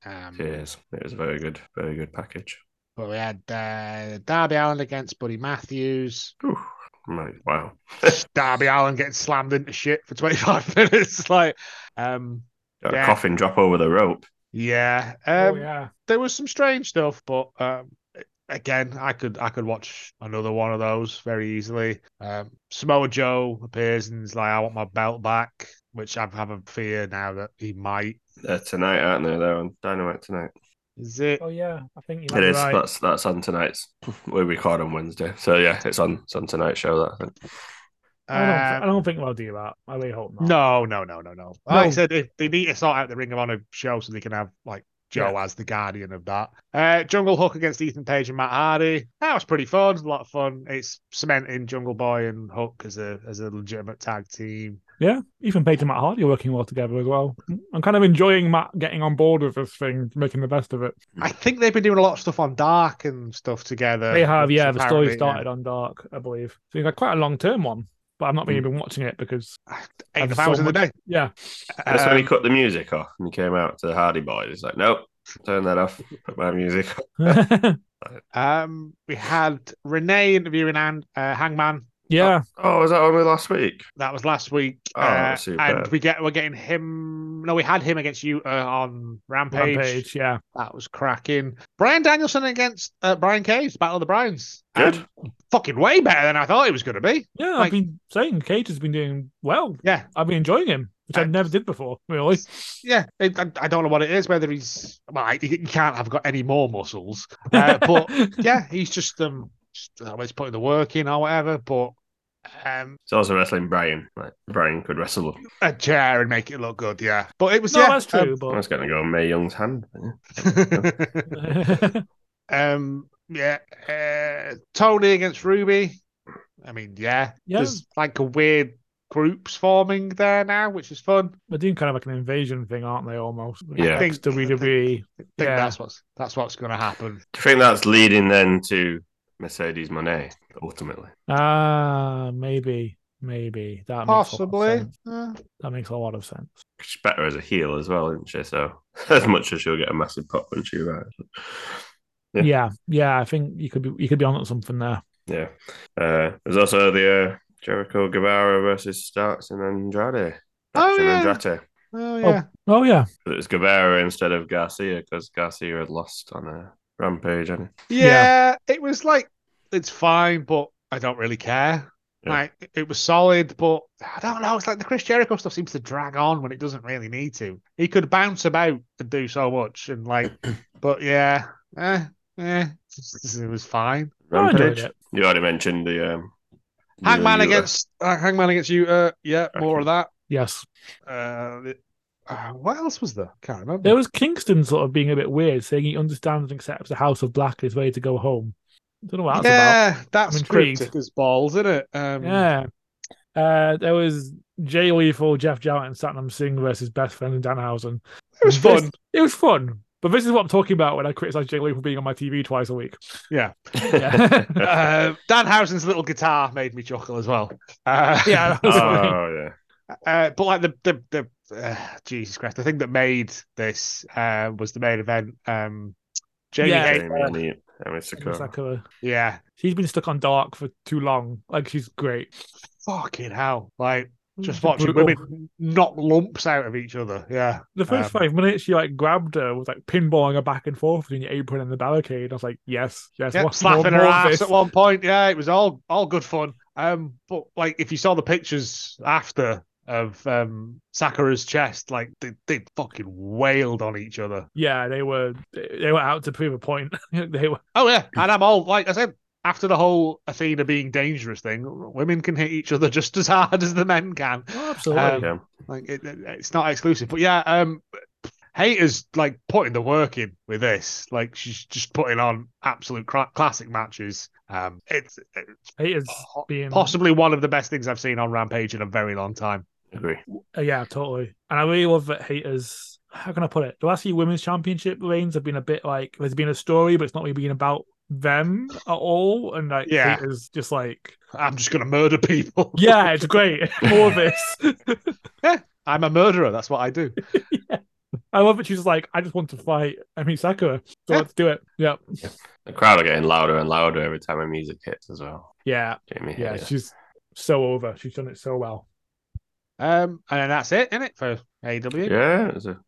Speaker 3: um,
Speaker 1: tears. It was a very good, very good package.
Speaker 3: But we had uh, Darby Allen against Buddy Matthews.
Speaker 1: Whew. Right, wow.
Speaker 3: Darby Allen getting slammed into shit for 25 minutes. Like, um,
Speaker 1: Got
Speaker 3: Yeah.
Speaker 1: a coffin drop over the rope.
Speaker 3: yeah,
Speaker 2: oh,
Speaker 3: um,
Speaker 2: yeah.
Speaker 3: there was some strange stuff, but um, again, I could I could watch another one of those very easily. Um, Samoa Joe appears and is like, "I want my belt back," which I have a fear now that he might.
Speaker 1: They're tonight, aren't they? They're on Dynamite tonight.
Speaker 3: Is it?
Speaker 2: Oh yeah, I think you
Speaker 1: it
Speaker 2: might be
Speaker 1: is.
Speaker 2: right.
Speaker 1: That's that's on tonight's. We record on Wednesday, so yeah, it's on it's on tonight's show. That I think.
Speaker 2: I, don't,
Speaker 3: Uh,
Speaker 2: I don't think they'll do that. I really hope not.
Speaker 3: No, no, no, no, no. Like I
Speaker 2: No.
Speaker 3: said, if they need to sort out the Ring of Honor show so they can have like Joe as the guardian of that. Uh, Jungle Hook against Ethan Page and Matt Hardy. That was pretty fun. A lot of fun. It's cementing Jungle Boy and Hook as a as a legitimate tag team.
Speaker 2: Yeah, even Page and Matt Hardy are working well together as well. I'm kind of enjoying Matt getting on board with this thing, making the best of it.
Speaker 3: I think they've been doing a lot of stuff on Dark and stuff together.
Speaker 2: They have,
Speaker 3: uh, which
Speaker 2: yeah. The story
Speaker 3: apparently, yeah.
Speaker 2: started on Dark, I believe. So it's like quite a long term one, but I've not
Speaker 3: Hmm.
Speaker 2: really been watching it because,
Speaker 3: Eight
Speaker 2: That's
Speaker 3: hours
Speaker 2: so
Speaker 3: in the day.
Speaker 2: yeah,
Speaker 1: That's when he
Speaker 3: Um,
Speaker 1: cut the music off and he came out to the Hardy Boys. He's like, nope, turn that off. Put my music. on."
Speaker 3: um, we had Renee interviewing and uh, Hangman
Speaker 2: yeah.
Speaker 1: Oh, was that on with last week?
Speaker 3: That was last week,
Speaker 1: Oh,
Speaker 3: uh,
Speaker 1: superb.
Speaker 3: and we get we're getting him. No, we had him against you uh, on Rampage.
Speaker 2: Rampage, yeah.
Speaker 3: That was cracking. Brian Danielson against uh, Brian Cage, Battle of the Browns.
Speaker 1: Good.
Speaker 3: Um, fucking way better than I thought it was going to be.
Speaker 2: Yeah,
Speaker 3: Like-
Speaker 2: I've been saying Cage has been doing well.
Speaker 3: Yeah, Uh,
Speaker 2: I've been enjoying him, which I
Speaker 3: Thanks.
Speaker 2: never did before, really.
Speaker 3: yeah. It, I, I don't know what it is. Whether he's well, I, he can't have got any more muscles, uh, but yeah, he's just um, just, I don't know, he's putting the work in or whatever. But um,
Speaker 1: It's also wrestling Brian. Like Brian could wrestle.
Speaker 3: a chair and make it look good. Yeah, but it was
Speaker 2: no,
Speaker 3: yeah.
Speaker 2: that's true,
Speaker 1: I
Speaker 2: but
Speaker 1: was going to go May Young's hand.
Speaker 3: um, Um, yeah, uh, Tony against Ruby. I mean, yeah,
Speaker 2: Yeah.
Speaker 3: there's like a weird groups forming there now, which is fun.
Speaker 2: they're doing kind of like an invasion thing, aren't they? Almost.
Speaker 1: Yeah.
Speaker 3: I
Speaker 2: Thanks
Speaker 3: think,
Speaker 2: to WWE.
Speaker 3: I think
Speaker 2: Yeah.
Speaker 3: that's what's that's what's going to happen.
Speaker 1: Do you think that's leading then to Mercedes Monet ultimately?
Speaker 2: Ah, maybe, maybe that makes a lot of
Speaker 3: Possibly.
Speaker 2: sense.
Speaker 3: Uh,
Speaker 2: that makes a lot of sense.
Speaker 1: She's better as a heel as well, isn't she? So as much as she'll get a massive pop when she arrives. Yeah.
Speaker 2: Yeah. yeah, I think you could be you could be on to something there.
Speaker 1: Yeah. Uh, there's also the uh, Jericho Guevara versus Starks and Andrade.
Speaker 3: Oh,
Speaker 1: Action
Speaker 3: yeah.
Speaker 1: Andrade.
Speaker 3: oh yeah,
Speaker 2: Oh yeah,
Speaker 1: But it was Guevara instead of Garcia because Garcia had lost on a rampage. And
Speaker 3: yeah, It was like it's fine, but I don't really care.
Speaker 1: Yeah.
Speaker 3: Like it- it was solid, but I don't know. It's like the Chris Jericho stuff seems to drag on when it doesn't really need to. He could bounce about and do so much, and like, but yeah, eh, eh, it was fine.
Speaker 2: I enjoyed
Speaker 1: rampage.
Speaker 2: it.
Speaker 1: You already mentioned the um,
Speaker 3: Hangman
Speaker 1: Yu- Yu-
Speaker 3: against uh, Hangman against you. Uh, yeah,
Speaker 1: Okay.
Speaker 3: more of that.
Speaker 2: Yes,
Speaker 3: Uh, the- uh, what else was there? Can't remember.
Speaker 2: there was Kingston sort of being a bit weird, saying he understands and accepts the House of Black is ready to go home. Don't know what that's about.
Speaker 3: yeah, that's
Speaker 2: I'm intrigued.
Speaker 3: cryptic as balls, isn't it? Um,
Speaker 2: Yeah. Uh, there was Jay Lethal, Jeff Jarrett, and Satnam Singh versus Best Friend and Danhausen.
Speaker 3: it was
Speaker 2: This-
Speaker 3: fun.
Speaker 2: It was fun. But this is what I'm talking about when I criticize Jay Lethal being on my TV twice a week.
Speaker 3: Yeah.
Speaker 2: Yeah.
Speaker 3: uh, Danhausen's little guitar made me chuckle as well. Uh,
Speaker 2: Yeah, that was funny.
Speaker 1: oh, yeah.
Speaker 3: uh, but like the the the uh, Jesus Christ, the thing that made this uh, was the main event. Um, Jamie
Speaker 2: Yeah.
Speaker 3: Hayter-
Speaker 1: Jamie Neat. Emi Sakura.
Speaker 2: Sakura.
Speaker 3: yeah,
Speaker 2: She's been stuck on dark for too long. Like she's great.
Speaker 3: fucking hell, like just
Speaker 2: She's
Speaker 3: watching
Speaker 2: brutal.
Speaker 3: women knock lumps out of each other. Yeah,
Speaker 2: The first
Speaker 3: um,
Speaker 2: five minutes, she like grabbed her, was like pinballing her back and forth between the apron and the barricade. I was like, yes, yes,
Speaker 3: Yep,
Speaker 2: what- more-
Speaker 3: slapping her
Speaker 2: more of
Speaker 3: ass
Speaker 2: this.
Speaker 3: at one point. Yeah, it was all all good fun. Um, but like if you saw the pictures after, of um, Sakura's chest, like they, they fucking wailed on each other.
Speaker 2: Yeah, they were they were out to prove a point. they were
Speaker 3: Oh yeah, and I'm all like I said after the whole Athena being dangerous thing, women can hit each other just as hard as the men can.
Speaker 2: Oh, absolutely.
Speaker 1: Um,
Speaker 3: Like it, it- it's not exclusive, but yeah, um, Haters like putting the work in with this. Like she's just putting on absolute cra- classic matches. Um, it's it's
Speaker 2: Haters
Speaker 3: po-
Speaker 2: being
Speaker 3: possibly one of the best things I've seen on Rampage in a very long time.
Speaker 1: agree.
Speaker 2: Uh, yeah, totally. And I really love that haters. How can I put it? The last few women's championship reigns have been a bit like there's been a story, but it's not really been about them at all. And like
Speaker 3: Yeah.
Speaker 2: haters just like,
Speaker 3: I'm just gonna murder people.
Speaker 2: yeah, it's great. More of this.
Speaker 3: I'm a murderer. That's what I do.
Speaker 2: I love that she's just like, I just want to fight. I mean Sakura, so
Speaker 3: Yeah.
Speaker 2: let's do it. Yeah,
Speaker 1: The crowd are getting louder and louder every time her music hits as well.
Speaker 2: yeah,
Speaker 1: Jamie.
Speaker 2: yeah.
Speaker 1: Hayter.
Speaker 2: She's so over. She's done it so well.
Speaker 3: Um, and then that's it, innit, for AEW.
Speaker 1: Yeah, it was a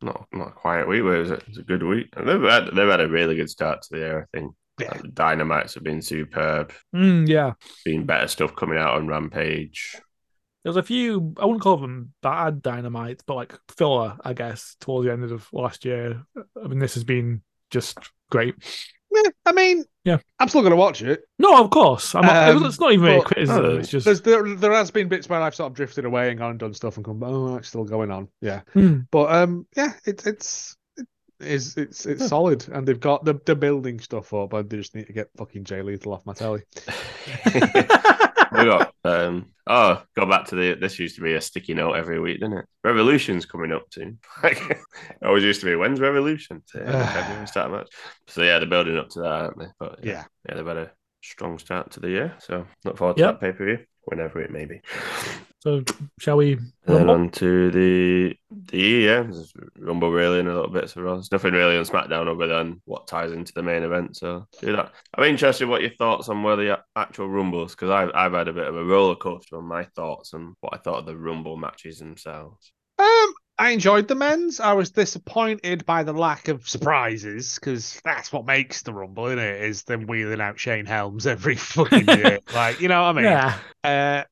Speaker 1: not not a quiet week, but it was a, it was a good week. And they've had they've had a really good start to the year, I think.
Speaker 3: Yeah.
Speaker 1: Like, the Dynamites have been superb.
Speaker 2: Mm, yeah.
Speaker 1: Been better stuff coming out on Rampage.
Speaker 2: There was a few, I wouldn't call them bad dynamites, but like filler, I guess, towards the end of last year. I mean, this has been just great.
Speaker 3: Yeah, I mean,
Speaker 2: Yeah.
Speaker 3: I'm still gonna watch it.
Speaker 2: No, of course. I'm not,
Speaker 3: Um,
Speaker 2: it's not even really a
Speaker 3: but-
Speaker 2: criticism.
Speaker 1: No.
Speaker 2: it's just
Speaker 3: There's, there, there has been bits where I've sort of drifted away and gone and done stuff and come. Oh, it's still going on. Yeah,
Speaker 2: Hmm.
Speaker 3: but um, yeah, it, it's it is it's it's solid, and they've got the the building stuff up, and they just need to get fucking Jay Lethal off my telly.
Speaker 1: we got um oh go back to the this used to be a sticky note every week didn't it revolution's coming up soon like it always used to be when's revolution so, yeah, February start of March. so yeah they're building up to that aren't they but
Speaker 3: Yeah.
Speaker 1: yeah they've had a strong start to the year so look forward to
Speaker 2: Yep.
Speaker 1: that pay-per-view whenever it may be
Speaker 2: so. Shall we?
Speaker 1: and then
Speaker 2: rumble?
Speaker 1: Um, on to the the E, yeah there's rumble really and a little bit so there's nothing really on smackdown other than what ties into the main event so do that i'm interested what your thoughts on were the a- actual rumbles because I've, I've had a bit of a roller coaster on my thoughts and what i thought of the rumble matches themselves
Speaker 3: Um, I enjoyed the men's. I was disappointed by the lack of surprises because that's what makes the rumble, isn't it? Is them wheeling out Shane Helms every fucking year, like you know what I mean?
Speaker 2: yeah,
Speaker 3: uh,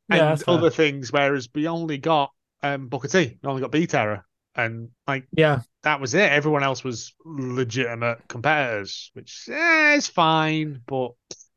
Speaker 3: and
Speaker 2: that's fair.
Speaker 3: other things. Whereas we only got um, Booker T, we only got B Terror, and like
Speaker 2: yeah,
Speaker 3: that was it. Everyone else was legitimate competitors, which eh, is fine, but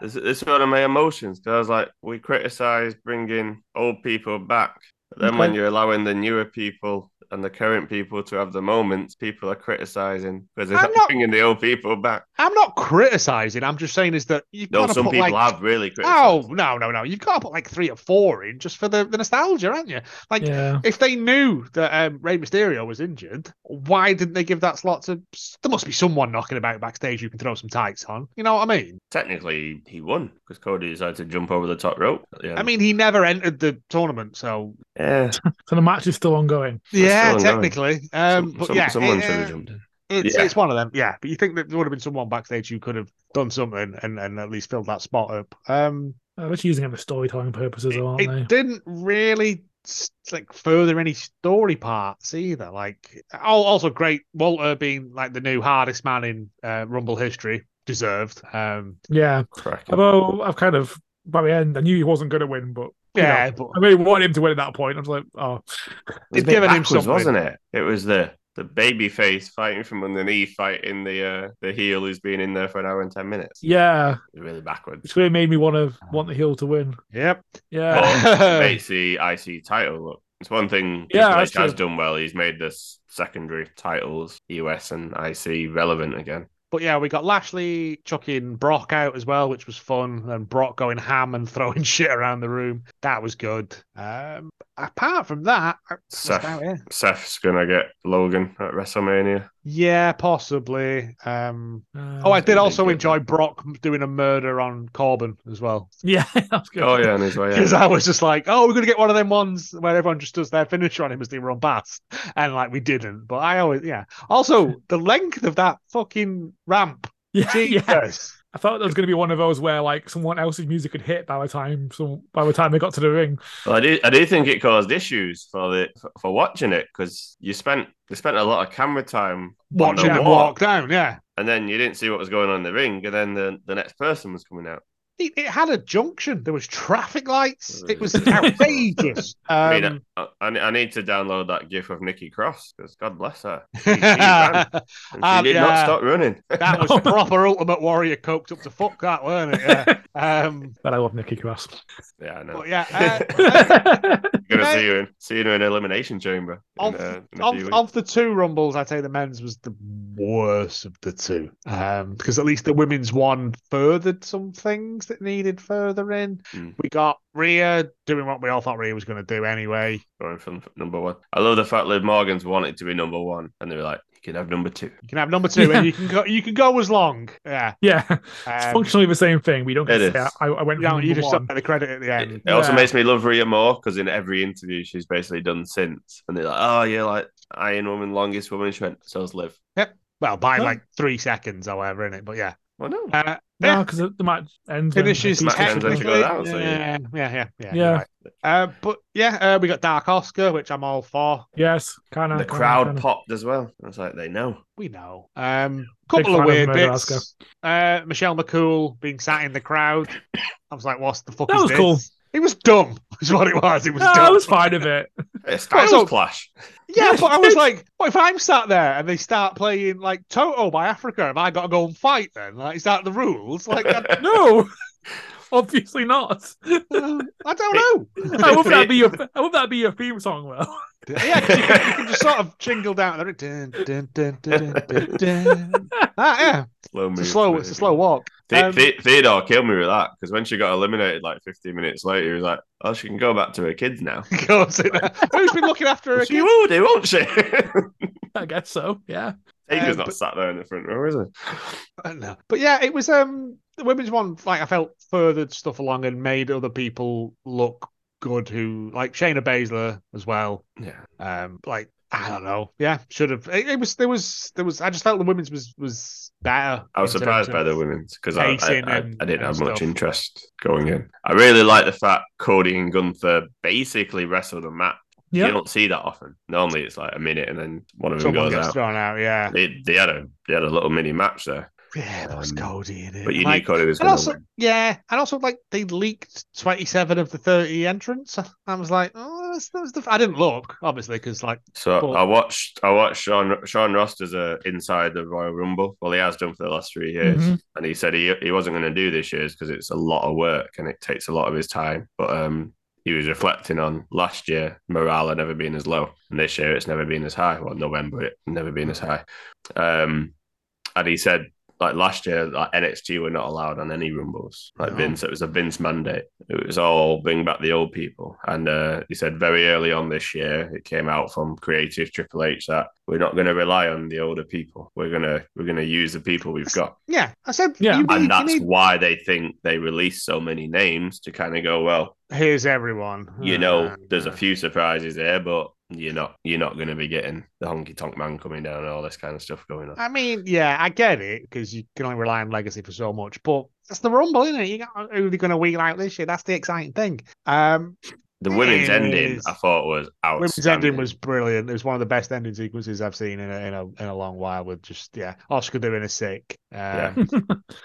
Speaker 1: this, this is one of my emotions because i was like we criticized bringing old people back but then when
Speaker 2: Okay.
Speaker 1: you're allowing the newer people and the current people to have the moments people are criticizing because they're
Speaker 3: I'm
Speaker 1: not,
Speaker 3: not-
Speaker 1: bringing the old people back
Speaker 3: I'm not criticizing. I'm just saying is that you've
Speaker 1: no
Speaker 3: got to
Speaker 1: some
Speaker 3: put
Speaker 1: people
Speaker 3: like.
Speaker 1: have really criticized
Speaker 3: Oh no no no! You've got to put like three or four in just for the, the nostalgia, aren't you? Like
Speaker 2: yeah.
Speaker 3: if they knew that um, Rey Mysterio was injured, why didn't they give that slot to? There must be someone knocking about backstage. You can throw some tights on. You know what I mean?
Speaker 1: technically he won because Cody decided to jump over the top rope. at the end.
Speaker 3: I mean, he never entered the tournament, so
Speaker 1: yeah,
Speaker 2: So the match is still ongoing.
Speaker 3: yeah,
Speaker 1: still ongoing.
Speaker 3: technically. Um,
Speaker 1: some-
Speaker 3: but
Speaker 1: some-
Speaker 3: yeah,
Speaker 1: someone
Speaker 3: it,
Speaker 1: should have
Speaker 3: uh,
Speaker 1: jumped in.
Speaker 3: it's,
Speaker 1: Yeah.
Speaker 3: it's one of them. Yeah, but you think that there would have been someone backstage who could have done something and, and at least filled that spot up. Um,
Speaker 2: Uh, they're using it for storytelling purposes,
Speaker 3: it,
Speaker 1: Oh,
Speaker 2: aren't
Speaker 3: it
Speaker 2: they?
Speaker 3: didn't really s- like further any story parts either. Like, oh, also great Walter being like the new hardest man in uh, Rumble history deserved. Um,
Speaker 2: Yeah.
Speaker 1: Cracking.
Speaker 2: Although I've kind of by the end, I knew he wasn't going to win, but you know,
Speaker 3: yeah, but
Speaker 2: I really wanted him to win at that point. I was like, oh,
Speaker 1: It was a
Speaker 3: they've
Speaker 1: bit
Speaker 3: given him
Speaker 1: backwards,
Speaker 3: something.
Speaker 1: wasn't it? It was the the baby face fighting from underneath, fighting the uh, the heel who's been in there for an hour and ten minutes.
Speaker 2: yeah,
Speaker 1: It was really backwards.
Speaker 2: which really made me want to want the heel to win.
Speaker 3: yep.
Speaker 2: Yeah.
Speaker 1: But makes the IC title look. It's one thing
Speaker 2: Yeah,
Speaker 1: Triple H
Speaker 2: that's
Speaker 1: has
Speaker 2: true.
Speaker 1: done well. He's made the s- secondary titles US and IC relevant again.
Speaker 3: But yeah, we got Lashley chucking Brock out as well, which was fun, and Brock going ham and throwing shit around the room. That was good. Um, apart from that, that's about
Speaker 1: Seth,
Speaker 3: it.
Speaker 1: Seth's gonna get Logan at WrestleMania.
Speaker 3: Yeah, possibly. Um,
Speaker 2: Uh,
Speaker 3: oh, I did
Speaker 1: they
Speaker 3: also
Speaker 1: did
Speaker 3: enjoy
Speaker 1: that.
Speaker 3: Brock doing a murder on Corbin as well,
Speaker 2: yeah, that was good.
Speaker 1: Oh yeah, and his way. out.
Speaker 3: because I was just like, "Oh, we're gonna get one of them ones where everyone just does their finisher on him as they run past," and like we didn't. But I always, yeah. Also, the length of that fucking ramp,
Speaker 2: yeah,
Speaker 3: Jesus.
Speaker 2: yeah. I thought that was going to be one of those where like someone else's music could hit by the time some by the time they got to the ring.
Speaker 1: Well, I do, I do think it caused issues for the for, for watching it because you spent they spent a lot of camera time on the
Speaker 3: Watching him
Speaker 1: walk,
Speaker 3: walk down, yeah.
Speaker 1: and then you didn't see what was going on in the ring, and then the, the next person was coming out.
Speaker 3: It, it had a junction. There was traffic lights. It was outrageous.
Speaker 1: I
Speaker 3: Um,
Speaker 1: mean, I, I, I need to download that GIF of Nikki Cross because God bless her. She, she ran,
Speaker 3: that
Speaker 1: and she
Speaker 3: Um,
Speaker 1: did
Speaker 3: yeah.
Speaker 1: not stop running.
Speaker 3: was proper Ultimate Warrior coked up to fuck that, weren't it? Yeah. Um,
Speaker 2: But I love Nikki Cross.
Speaker 1: yeah, I know.
Speaker 3: but yeah, uh,
Speaker 1: Gonna
Speaker 3: Right.
Speaker 1: see you in see you in an elimination chamber. In,
Speaker 3: Of-
Speaker 1: uh, in a few
Speaker 3: of,
Speaker 1: weeks.
Speaker 3: of the two rumbles, I'd say the men's was the worst of the two. Um, because at least the women's one furthered some things that needed furthering.
Speaker 1: Mm.
Speaker 3: We got Rhea doing what we all thought Rhea was going to do anyway.
Speaker 1: going from number one. I love the fact Liv Morgan's wanted to be number one, and they were like, "You can have number two.
Speaker 3: You can have number two,
Speaker 2: Yeah.
Speaker 3: and you can go. You can go as long. Yeah.
Speaker 2: Yeah, it's
Speaker 3: Um,
Speaker 2: functionally the same thing. We don't get
Speaker 1: It
Speaker 2: to say,
Speaker 1: is.
Speaker 2: I, I went
Speaker 3: you,
Speaker 2: from
Speaker 3: know, you
Speaker 2: number
Speaker 3: just
Speaker 2: one.
Speaker 3: don't get the credit at the
Speaker 1: It,
Speaker 3: end.
Speaker 1: it also
Speaker 2: Yeah.
Speaker 1: makes me love Rhea more because in every interview she's basically done since, and they're like, "Oh, yeah, like Iron Woman, longest woman." She went, "So's Liv."
Speaker 3: Well, by
Speaker 2: No.
Speaker 3: like three seconds or whatever in it, but yeah.
Speaker 1: Well, no,
Speaker 3: Uh,
Speaker 2: No,
Speaker 3: yeah.
Speaker 2: because the match ends. when
Speaker 3: Finishes
Speaker 2: Nikki
Speaker 1: Match
Speaker 2: Cross
Speaker 1: ends when
Speaker 3: technically.
Speaker 1: she
Speaker 2: wins.
Speaker 1: goes out, so
Speaker 3: yeah, yeah, yeah, yeah.
Speaker 2: Yeah.
Speaker 3: you're right. Uh, but yeah, uh, we got Dark Oscar, which I'm all for.
Speaker 2: Yes, kind of.
Speaker 1: the crowd popped as well. I was like, "They know."
Speaker 3: We know. Um, couple
Speaker 2: fan
Speaker 3: of
Speaker 2: of
Speaker 3: weird
Speaker 2: Murder Alaska.
Speaker 3: bits. Uh, Michelle McCool being sat in the crowd. I was like, "What's the fuck?"
Speaker 2: That
Speaker 3: is
Speaker 2: was
Speaker 3: this?
Speaker 2: cool.
Speaker 3: It was dumb. Is what it was. It was
Speaker 2: No,
Speaker 3: dumb.
Speaker 2: Ah, I was fine with it.
Speaker 1: It's Styles
Speaker 3: Well-
Speaker 1: clash.
Speaker 3: Yeah,
Speaker 2: Yeah,
Speaker 3: but I was
Speaker 2: it's-
Speaker 3: like, "What if I'm sat there and they start playing like Toto by Africa? Have I got to go and fight then? Like, is that the rules? Like, I,
Speaker 2: No, obviously not.
Speaker 3: I don't know.
Speaker 2: I hope that be your. I hope that be your theme song. Well,
Speaker 3: Oh, Yeah, 'cause you, can, you can just sort of jingle down. There. Dun, dun, dun, dun, dun, dun. Ah, yeah,
Speaker 1: Slow
Speaker 3: it's a
Speaker 1: move,
Speaker 3: slow, it's a
Speaker 1: baby.
Speaker 3: slow walk.
Speaker 1: The-
Speaker 3: Um,
Speaker 1: the- Theodore killed me with that because when she got eliminated, like 15 minutes later, he was like, "Oh, she can go back to her kids now."
Speaker 3: Go and sit there. Who's been looking after her?
Speaker 1: she will do, won't she? Taker's
Speaker 2: I guess so. Yeah.
Speaker 3: Um,
Speaker 1: not
Speaker 3: but-
Speaker 1: sat there in the front row, is he?
Speaker 3: I don't know. But yeah, it was um the women's one. Like I felt furthered stuff along and made other people look good. Who like Shayna Baszler as well.
Speaker 1: Yeah.
Speaker 3: Um, like I don't know. Yeah, should have. It, it was there was there was. I just felt the women's was was better.
Speaker 1: I was
Speaker 3: in
Speaker 1: surprised
Speaker 3: terms
Speaker 1: by
Speaker 3: of-
Speaker 1: the women's because I, I,
Speaker 3: pacing
Speaker 1: I,
Speaker 3: and-
Speaker 1: I didn't
Speaker 3: and
Speaker 1: have much
Speaker 3: stuff.
Speaker 1: interest going in. I really like the fact Cody and Gunther basically wrestled a match. You
Speaker 2: Yeah.
Speaker 1: don't see that often. Normally it's like a minute and then one of them
Speaker 3: Someone
Speaker 1: goes
Speaker 3: gets
Speaker 1: out.
Speaker 3: thrown out. Yeah,
Speaker 1: They, they had a they had a little mini match there,
Speaker 3: yeah. But it's
Speaker 1: Um,
Speaker 3: Cody in it.
Speaker 1: but you
Speaker 3: Like,
Speaker 1: knew Cody was
Speaker 3: and
Speaker 1: going
Speaker 3: also,
Speaker 1: to
Speaker 3: yeah, and also like they leaked twenty-seven of the thirty entrants. I was like, oh, that's, that was the. I didn't look obviously because like
Speaker 1: So
Speaker 3: But-
Speaker 1: I watched I watched Sean Sean Ross does a inside the Royal Rumble. Well, he has done for the last three years,
Speaker 2: Mhm.
Speaker 1: and he said he, he wasn't going to do this year's because it's a lot of work and it takes a lot of his time. But um, he was reflecting on last year morale had never been as low, and this year it's never been as high. Well, November it never been as high. Um, and he said like last year, like NXT were not allowed on any rumbles. Like
Speaker 3: No.
Speaker 1: Vince, it was a Vince mandate. It was all bring back the old people. And uh, he said very early on this year, it came out from creative Triple H that we're not going to rely on the older people. We're gonna we're gonna use the people we've got.
Speaker 3: Yeah, I said.
Speaker 2: Yeah.
Speaker 3: you need, you
Speaker 1: And that's
Speaker 3: need-
Speaker 1: why they think they release so many names to kind of go, well,
Speaker 3: here's everyone.
Speaker 1: you know,
Speaker 3: Uh,
Speaker 1: there's a few surprises there, but you're not you're not going to be getting the honky tonk man coming down and all this kind of stuff going on.
Speaker 3: I mean, yeah, I get it because you can only rely on legacy for so much, but that's the rumble, isn't it? You got uh, who they're going to wheel out this year. That's the exciting thing. Um,
Speaker 1: The women's
Speaker 3: It
Speaker 1: ending,
Speaker 3: is-
Speaker 1: I thought, was outstanding.
Speaker 3: women's ending was brilliant. It was one of the best ending sequences I've seen in a in a, in a long while. With just yeah, Oscar doing a sick, um,
Speaker 1: Yeah.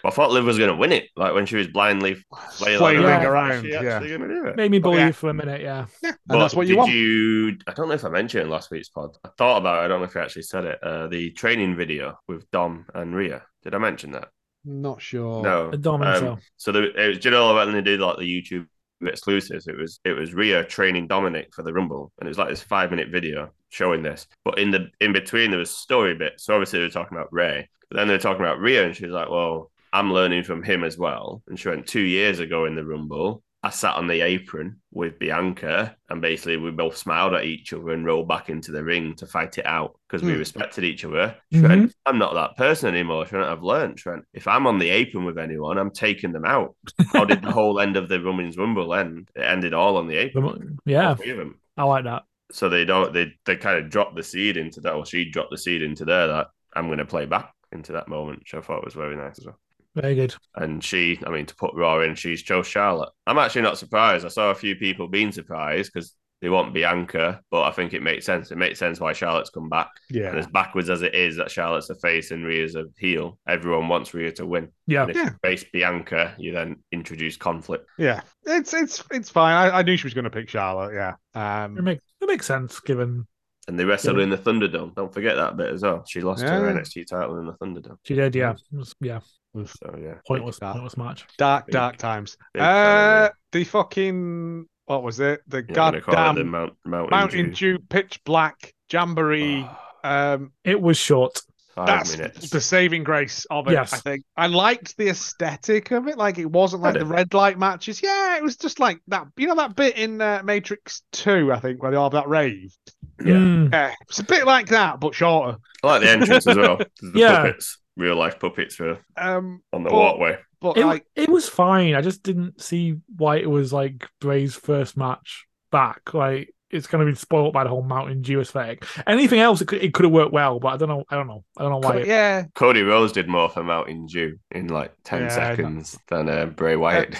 Speaker 1: I thought Liv was going to win it, like when she was blindly flailing,
Speaker 3: flailing
Speaker 2: Yeah.
Speaker 3: around.
Speaker 1: She
Speaker 3: Yeah,
Speaker 1: actually gonna do it.
Speaker 2: Made me
Speaker 3: But
Speaker 2: believe
Speaker 3: Oh, yeah.
Speaker 2: for a minute. Yeah.
Speaker 3: Yeah, and
Speaker 1: But
Speaker 3: that's what you
Speaker 1: did
Speaker 3: want.
Speaker 1: you- I don't know if I mentioned it in last week's pod. I thought about it. I don't know if I actually said it. Uh, the training video with Dom and Rhea. Did I mention that?
Speaker 3: Not sure.
Speaker 1: No. Um,
Speaker 2: I don't think so.
Speaker 1: So there, it was, do you know when they did like the YouTube exclusives? It was it was Rhea training Dominic for the Rumble, and it was like this five minute video showing this. But in the in between there was story bits. So obviously they were talking about Ray, but then they were talking about Rhea, and she was like, "Well, I'm learning from him as well." And she went two years ago in the Rumble. I sat on the apron with Bianca, and basically we both smiled at each other and rolled back into the ring to fight it out because we
Speaker 3: Hmm.
Speaker 1: respected each other. She went, I'm not that person anymore. Trent. I've learned, Trent. If I'm on the apron with anyone, I'm taking them out. How did the whole end of the Women's Rumble end? It ended all on the apron.
Speaker 2: The- Yeah,
Speaker 1: all three of them.
Speaker 2: I like that.
Speaker 1: So they don't. They they kind of dropped the seed into that, or she dropped the seed into there that I'm going to play back into that moment, which I thought was very nice as well.
Speaker 2: Very good.
Speaker 1: And she, I mean, to put Raw in, she's chose Charlotte. I'm actually not surprised. I saw a few people being surprised because They want Bianca, but I think it makes sense. It makes sense why Charlotte's come back. And
Speaker 3: Yeah.
Speaker 1: as backwards as it is that Charlotte's a face and Rhea's a heel, everyone wants Rhea to win.
Speaker 2: Yeah.
Speaker 1: And if
Speaker 3: Yeah.
Speaker 1: you face Bianca, you then introduce conflict.
Speaker 3: Yeah. It's it's it's fine. I, I knew she was gonna pick Charlotte, yeah.
Speaker 2: It
Speaker 3: Um
Speaker 2: makes it makes sense given
Speaker 1: And they wrestled
Speaker 2: Yeah.
Speaker 1: in the Thunderdome. Don't forget that bit as well. She lost her
Speaker 3: Yeah.
Speaker 1: NXT title in the Thunderdome.
Speaker 2: she did. Yeah, It was- yeah.
Speaker 1: So yeah,
Speaker 2: Pointless,
Speaker 3: Mm. that.
Speaker 2: pointless match.
Speaker 3: dark,
Speaker 1: Big-
Speaker 3: dark times.
Speaker 1: big fan
Speaker 3: Uh
Speaker 1: of
Speaker 3: the fucking what was it? The
Speaker 1: the- yeah, I'm gonna call it the
Speaker 3: goddamn
Speaker 1: Mount, Mountain,
Speaker 3: Mountain
Speaker 1: Dew.
Speaker 3: Dew pitch black jamboree.
Speaker 1: Ah,
Speaker 3: um
Speaker 2: It was short.
Speaker 1: Five
Speaker 3: that's
Speaker 1: minutes.
Speaker 3: the saving grace of it.
Speaker 2: Yes.
Speaker 3: I think I liked the aesthetic of it. Like it wasn't like
Speaker 1: Did
Speaker 3: the
Speaker 1: it?
Speaker 3: red light matches. Yeah, it was just like that. You know that bit in uh, Matrix Two, I think, where they all have that rave.
Speaker 1: Yeah.
Speaker 2: Mm.
Speaker 3: Yeah, it's a bit like that, but shorter.
Speaker 1: I like the entrance as well. The
Speaker 2: Yeah.
Speaker 1: puppets, real life puppets, were
Speaker 3: Um,
Speaker 1: on the
Speaker 3: Well,
Speaker 1: walkway.
Speaker 3: but
Speaker 2: It,
Speaker 3: like,
Speaker 2: it was fine. I just didn't see why it was like Bray's first match back. Like it's going to be spoiled by the whole Mountain Dew aesthetic. Anything else, it could, it could have worked well, but I don't know. I don't know. I don't know why.
Speaker 3: co-
Speaker 2: it-
Speaker 3: yeah,
Speaker 1: Cody Rose did more for Mountain Dew in like ten
Speaker 3: Yeah, I know.
Speaker 1: seconds than uh, Bray Wyatt.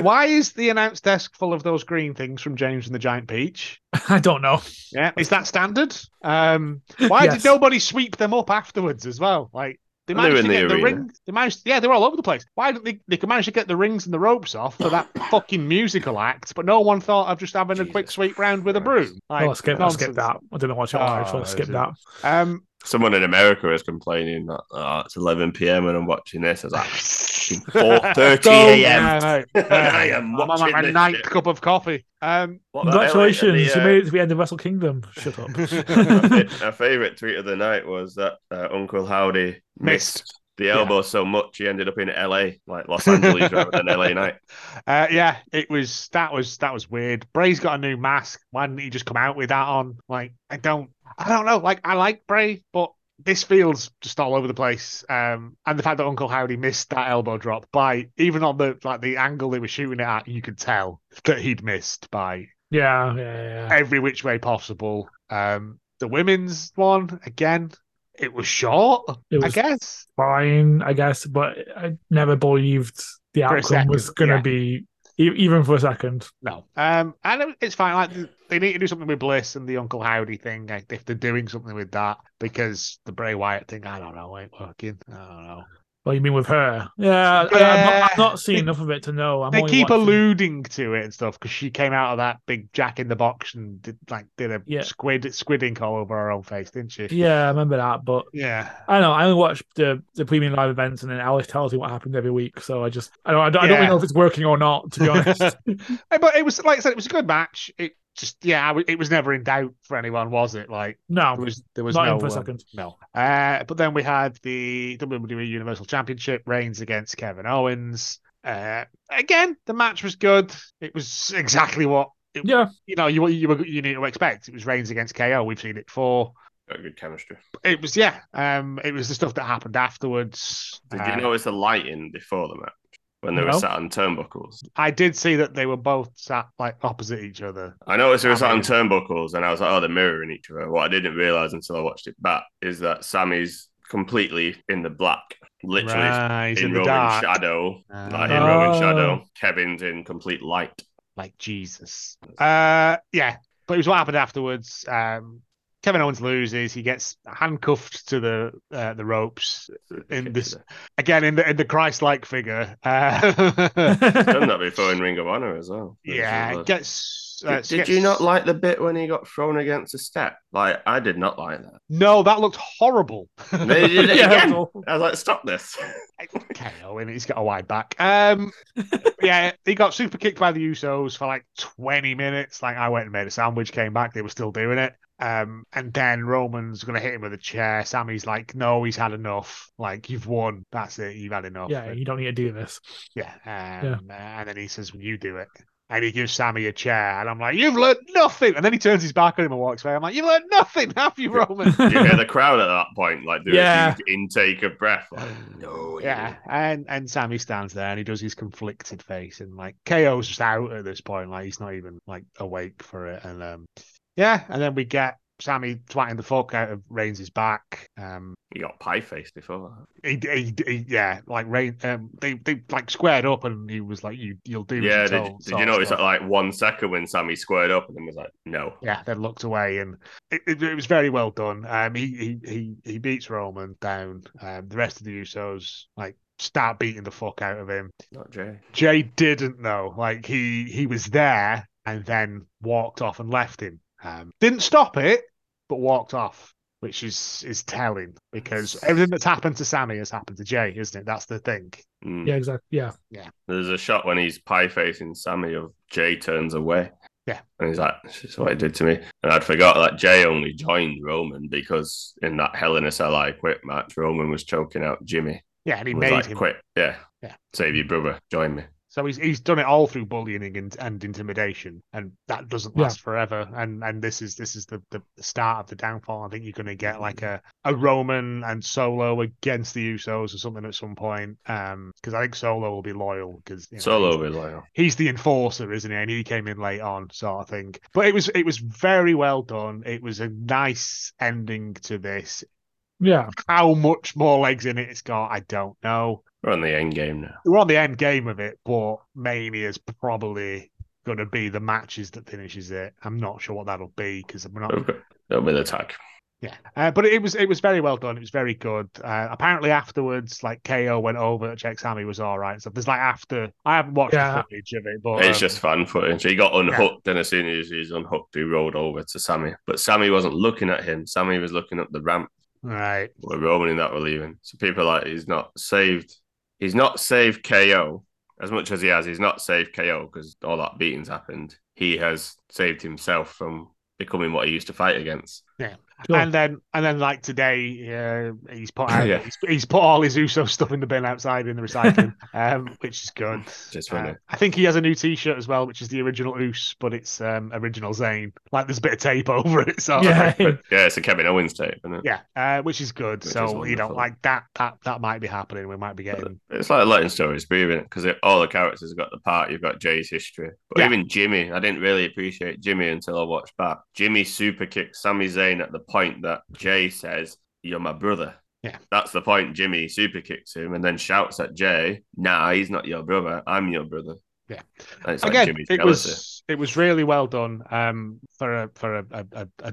Speaker 3: why is the announce desk full of those green things from James and the Giant Peach?
Speaker 2: I don't know.
Speaker 3: Yeah, is that standard? Um, why
Speaker 2: Yes.
Speaker 3: did nobody sweep them up afterwards as well? Like they
Speaker 1: And they were
Speaker 3: managed
Speaker 1: in
Speaker 3: to
Speaker 1: the
Speaker 3: get the
Speaker 1: arena.
Speaker 3: ring. They managed, yeah, they were all over the place. Why didn't they? They could manage to get the rings and the ropes off for that fucking musical act, but no one thought of just having a quick
Speaker 1: Jesus
Speaker 3: sweep round with a
Speaker 1: Christ.
Speaker 3: broom.
Speaker 2: I'll
Speaker 3: Like,
Speaker 2: Oh, skip. I'll skip that.
Speaker 3: nonsense.
Speaker 2: I didn't watch it live, so
Speaker 3: Oh,
Speaker 2: I'll skip
Speaker 3: is it?
Speaker 2: that.
Speaker 3: Um,
Speaker 1: Someone in America is complaining that oh, it's 11 p.m. and I'm watching this. I was like, 4:30
Speaker 2: Oh,
Speaker 1: a.m.
Speaker 3: Yeah, I know.
Speaker 1: I am
Speaker 3: I'm on
Speaker 1: watching
Speaker 3: like my
Speaker 1: this
Speaker 3: ninth
Speaker 1: shit.
Speaker 3: cup of coffee. Um,
Speaker 1: What the hell,
Speaker 2: Congratulations,
Speaker 1: the,
Speaker 2: you
Speaker 1: uh,
Speaker 2: made it to the end of Wrestle Kingdom. Shut up.
Speaker 1: my fa- my favorite tweet of the night was that uh, Uncle Howdy missed,
Speaker 3: Missed.
Speaker 1: the elbow so much he ended up in L.A. like Los Angeles rather than L.A. night.
Speaker 3: Uh, yeah, it was that was that was weird. Bray's got a new mask. Why didn't he just come out with that on? Like, I don't, I don't know. Like, I like Bray, but this feels just all over the place. Um, and the fact that Uncle Howdy missed that elbow drop by even on the like the angle they were shooting it at, you could tell that he'd missed by
Speaker 2: yeah, yeah, yeah.
Speaker 3: every which way possible. Um, the women's one again, it was short.
Speaker 2: It
Speaker 3: I
Speaker 2: was
Speaker 3: guess
Speaker 2: fine, I guess, but I never believed the
Speaker 3: For a
Speaker 2: outcome was
Speaker 3: second,
Speaker 2: going to
Speaker 3: yeah.
Speaker 2: be e- even for a second.
Speaker 3: No. Um, and it- it's fine. Like they need to do something with Bliss and the Uncle Howdy thing. Like, if they're doing something with that, because the Bray Wyatt thing, I don't know, ain't working. I don't know.
Speaker 2: Well, you mean with her? Yeah, I, I'm not,
Speaker 3: Yeah.
Speaker 2: I've not seen
Speaker 3: They-
Speaker 2: enough of it to know. I'm
Speaker 3: they
Speaker 2: only
Speaker 3: keep
Speaker 2: watching-
Speaker 3: alluding to it and stuff because she came out of that big Jack in the Box and did like did a
Speaker 2: Yeah.
Speaker 3: squid squid ink all over her own face, didn't she?
Speaker 2: Yeah, I remember that, but
Speaker 3: Yeah.
Speaker 2: I don't know. I only watch the the premium live events, and then Alice tells me what happened every week. So I just I don't I don't, I don't really
Speaker 3: Yeah.
Speaker 2: know if it's working or not. To be honest,
Speaker 3: Hey, But it was like I said, it was a good match. It just yeah, I w- it was never in doubt for anyone, was it? Like.
Speaker 2: no,
Speaker 3: There was there was
Speaker 2: not
Speaker 3: no
Speaker 2: in for a
Speaker 3: um,
Speaker 2: second.
Speaker 3: no. Uh, but then we had the WWE Universal Championship Reigns against Kevin Owens. Uh, again, the match was good. It was exactly what it,
Speaker 2: yeah,
Speaker 3: you know you you were you need to expect. It was Reigns against KO. We've seen it before.
Speaker 1: Got good chemistry.
Speaker 3: It was yeah. Um, it was the stuff that happened afterwards.
Speaker 1: Did
Speaker 3: Uh,
Speaker 1: you notice the lighting before the match when they were
Speaker 2: Ah. No.
Speaker 1: sat on turnbuckles?
Speaker 3: I did see that they were both sat like opposite each other.
Speaker 1: I noticed it was
Speaker 3: I
Speaker 1: on
Speaker 3: mean-
Speaker 1: turnbuckles, and I was like, "Oh, they're mirroring each other." What I didn't realize until I watched it back is that Sammy's completely in the black, literally
Speaker 3: right,
Speaker 1: it's
Speaker 3: in,
Speaker 1: in,
Speaker 3: the
Speaker 1: Roman
Speaker 3: dark,
Speaker 1: shadow,
Speaker 3: Ah.
Speaker 1: like in Roman
Speaker 2: Oh.
Speaker 1: shadow. Kevin's in complete light.
Speaker 3: like Jesus. Uh, yeah, but it was what happened afterwards. Um, Kevin Owens loses. He gets handcuffed to the uh, the ropes in this again in the in the Christ like figure. Uh,
Speaker 1: Done that before in Ring of Honor as well.
Speaker 3: yeah, gets.
Speaker 1: Did,
Speaker 3: Uh,
Speaker 1: did
Speaker 3: gets-
Speaker 1: you not like the bit when he got thrown against a step? Like I did not like that.
Speaker 3: No, that looked horrible.
Speaker 1: And then he did it
Speaker 2: Yeah,
Speaker 1: again.
Speaker 2: well,
Speaker 1: I was like, "Stop this!"
Speaker 3: KO and he's got a wide back. Um, yeah, he got super kicked by the Usos for like 20 minutes. Like I went and made a sandwich, came back, they were still doing it. Um, and then Roman's gonna hit him with a chair. Sammy's like, "No, he's had enough. Like you've won. That's it. You've had enough."
Speaker 2: yeah, you don't need to do this.
Speaker 3: yeah. Um, And then he says, well, "You do it." And he gives Sammy a chair, and I'm like, "You've learned nothing." And then he turns his back on him and walks away. I'm like, "You've learned nothing, have you, Roman?"
Speaker 1: you hear the crowd at that point, like do
Speaker 2: Yeah.
Speaker 1: a huge intake of breath. Like, Oh, no, you
Speaker 3: Yeah, and and Sammy stands there and he does his conflicted face and like KO's just out at this point, like he's not even like awake for it. And um yeah, and then we get Sammy twatting the fuck out of Reigns' back. Um,
Speaker 1: He got pie faced before.
Speaker 3: he, he, he- yeah, like Reign, um, they they like squared up, and he was like, "You you'll do." as
Speaker 1: yeah,
Speaker 3: you're
Speaker 1: did,
Speaker 3: told,"
Speaker 1: did
Speaker 3: sort
Speaker 1: you
Speaker 3: of
Speaker 1: notice
Speaker 3: stuff.
Speaker 1: that like one second when Sammy squared up and then was like, no.
Speaker 3: yeah, then looked away, and it, it, it was very well done. Um, he he he he beats Roman down. Um, the rest of the Usos like start beating the fuck out of him.
Speaker 1: Not Jay.
Speaker 3: Jay didn't know. Like he he was there and then walked off and left him. Um, didn't stop it, but walked off, which is is telling because everything that's happened to Sammy has happened to Jay, isn't it? That's the thing.
Speaker 1: Mm.
Speaker 2: Yeah, exactly. Yeah.
Speaker 1: There's a shot when he's pie facing Sammy of Jay turns away.
Speaker 3: Yeah.
Speaker 1: And he's like, this is what it did to me. And I'd forgot that Jay only joined Roman because in that Hell in a Cell I quit match, Roman was choking out Jimmy.
Speaker 3: Yeah, and he
Speaker 1: was
Speaker 3: made
Speaker 1: like,
Speaker 3: him.
Speaker 1: quit. Yeah.
Speaker 3: Yeah.
Speaker 1: Save your brother. Join me.
Speaker 3: So he's he's done it all through bullying and, and intimidation, and that doesn't
Speaker 2: Yeah.
Speaker 3: last forever. And and this is this is the, the start of the downfall. I think you're going to get like a, a Roman and Solo against the Usos or something at some point. Um, because I think Solo will be loyal because
Speaker 1: Solo with loyal.
Speaker 3: he's the enforcer, isn't he? And he came in late on, sort of thing. But it was it was very well done. It was a nice ending to this.
Speaker 2: Yeah.
Speaker 3: How much more legs in it it's got, I don't know.
Speaker 1: We're on the end game now.
Speaker 3: We're on the end game of it, but Mania's probably going to be the matches that finishes it. I'm not sure what that'll be because I'm not.
Speaker 1: We've got- That'll be the tag.
Speaker 3: Yeah, uh, but it was it was very well done. It was very good. Uh, apparently afterwards, like KO went over to check Sammy was all right. So there's like after I haven't watched
Speaker 2: Yeah.
Speaker 3: the footage of it, but
Speaker 1: It's
Speaker 3: um,
Speaker 1: just fan footage. He got unhooked, and as soon as he's unhooked, he rolled over to Sammy. But Sammy wasn't looking at him. Sammy was looking up the ramp
Speaker 3: right.
Speaker 1: where Roman and that were leaving. So people are like, he's not saved. He's not saved KO as much as he has. He's not saved KO because all that beatings happened. He has saved himself from becoming what he used to fight against.
Speaker 2: Sure.
Speaker 3: And then, and then, like today, uh, he's put out,
Speaker 1: Yeah.
Speaker 3: he's, he's put all his Uso stuff in the bin outside in the recycling, um, which is good.
Speaker 1: Just
Speaker 3: Uh,
Speaker 1: funny.
Speaker 3: I think he has a new T-shirt as well, which is the original Us, but it's um, original Zane. Like there's a bit of tape over it, so
Speaker 2: yeah.
Speaker 1: But yeah, it's a Kevin Owens tape, isn't it?
Speaker 3: yeah, uh, which is good.
Speaker 1: Which
Speaker 3: so
Speaker 1: is
Speaker 3: you know,
Speaker 1: wonderful.
Speaker 3: like that, that that might be happening. We might be getting
Speaker 1: It's like letting stories be, isn't it? Because all the characters have got the part. You've got Jay's history, but
Speaker 3: Yeah.
Speaker 1: even Jimmy, I didn't really appreciate Jimmy until I watched back. Jimmy super kicked Sami Zayn at the point that Jay says, "You're my brother."
Speaker 3: Yeah.
Speaker 1: that's the point. Jimmy super kicks him and then shouts at Jay, "Nah, he's not your brother. I'm your brother."
Speaker 3: Yeah.
Speaker 1: and it's like
Speaker 3: again.
Speaker 1: Jimmy's
Speaker 3: It
Speaker 1: jealousy.
Speaker 3: was it was really well done um, for a for a, a, a- a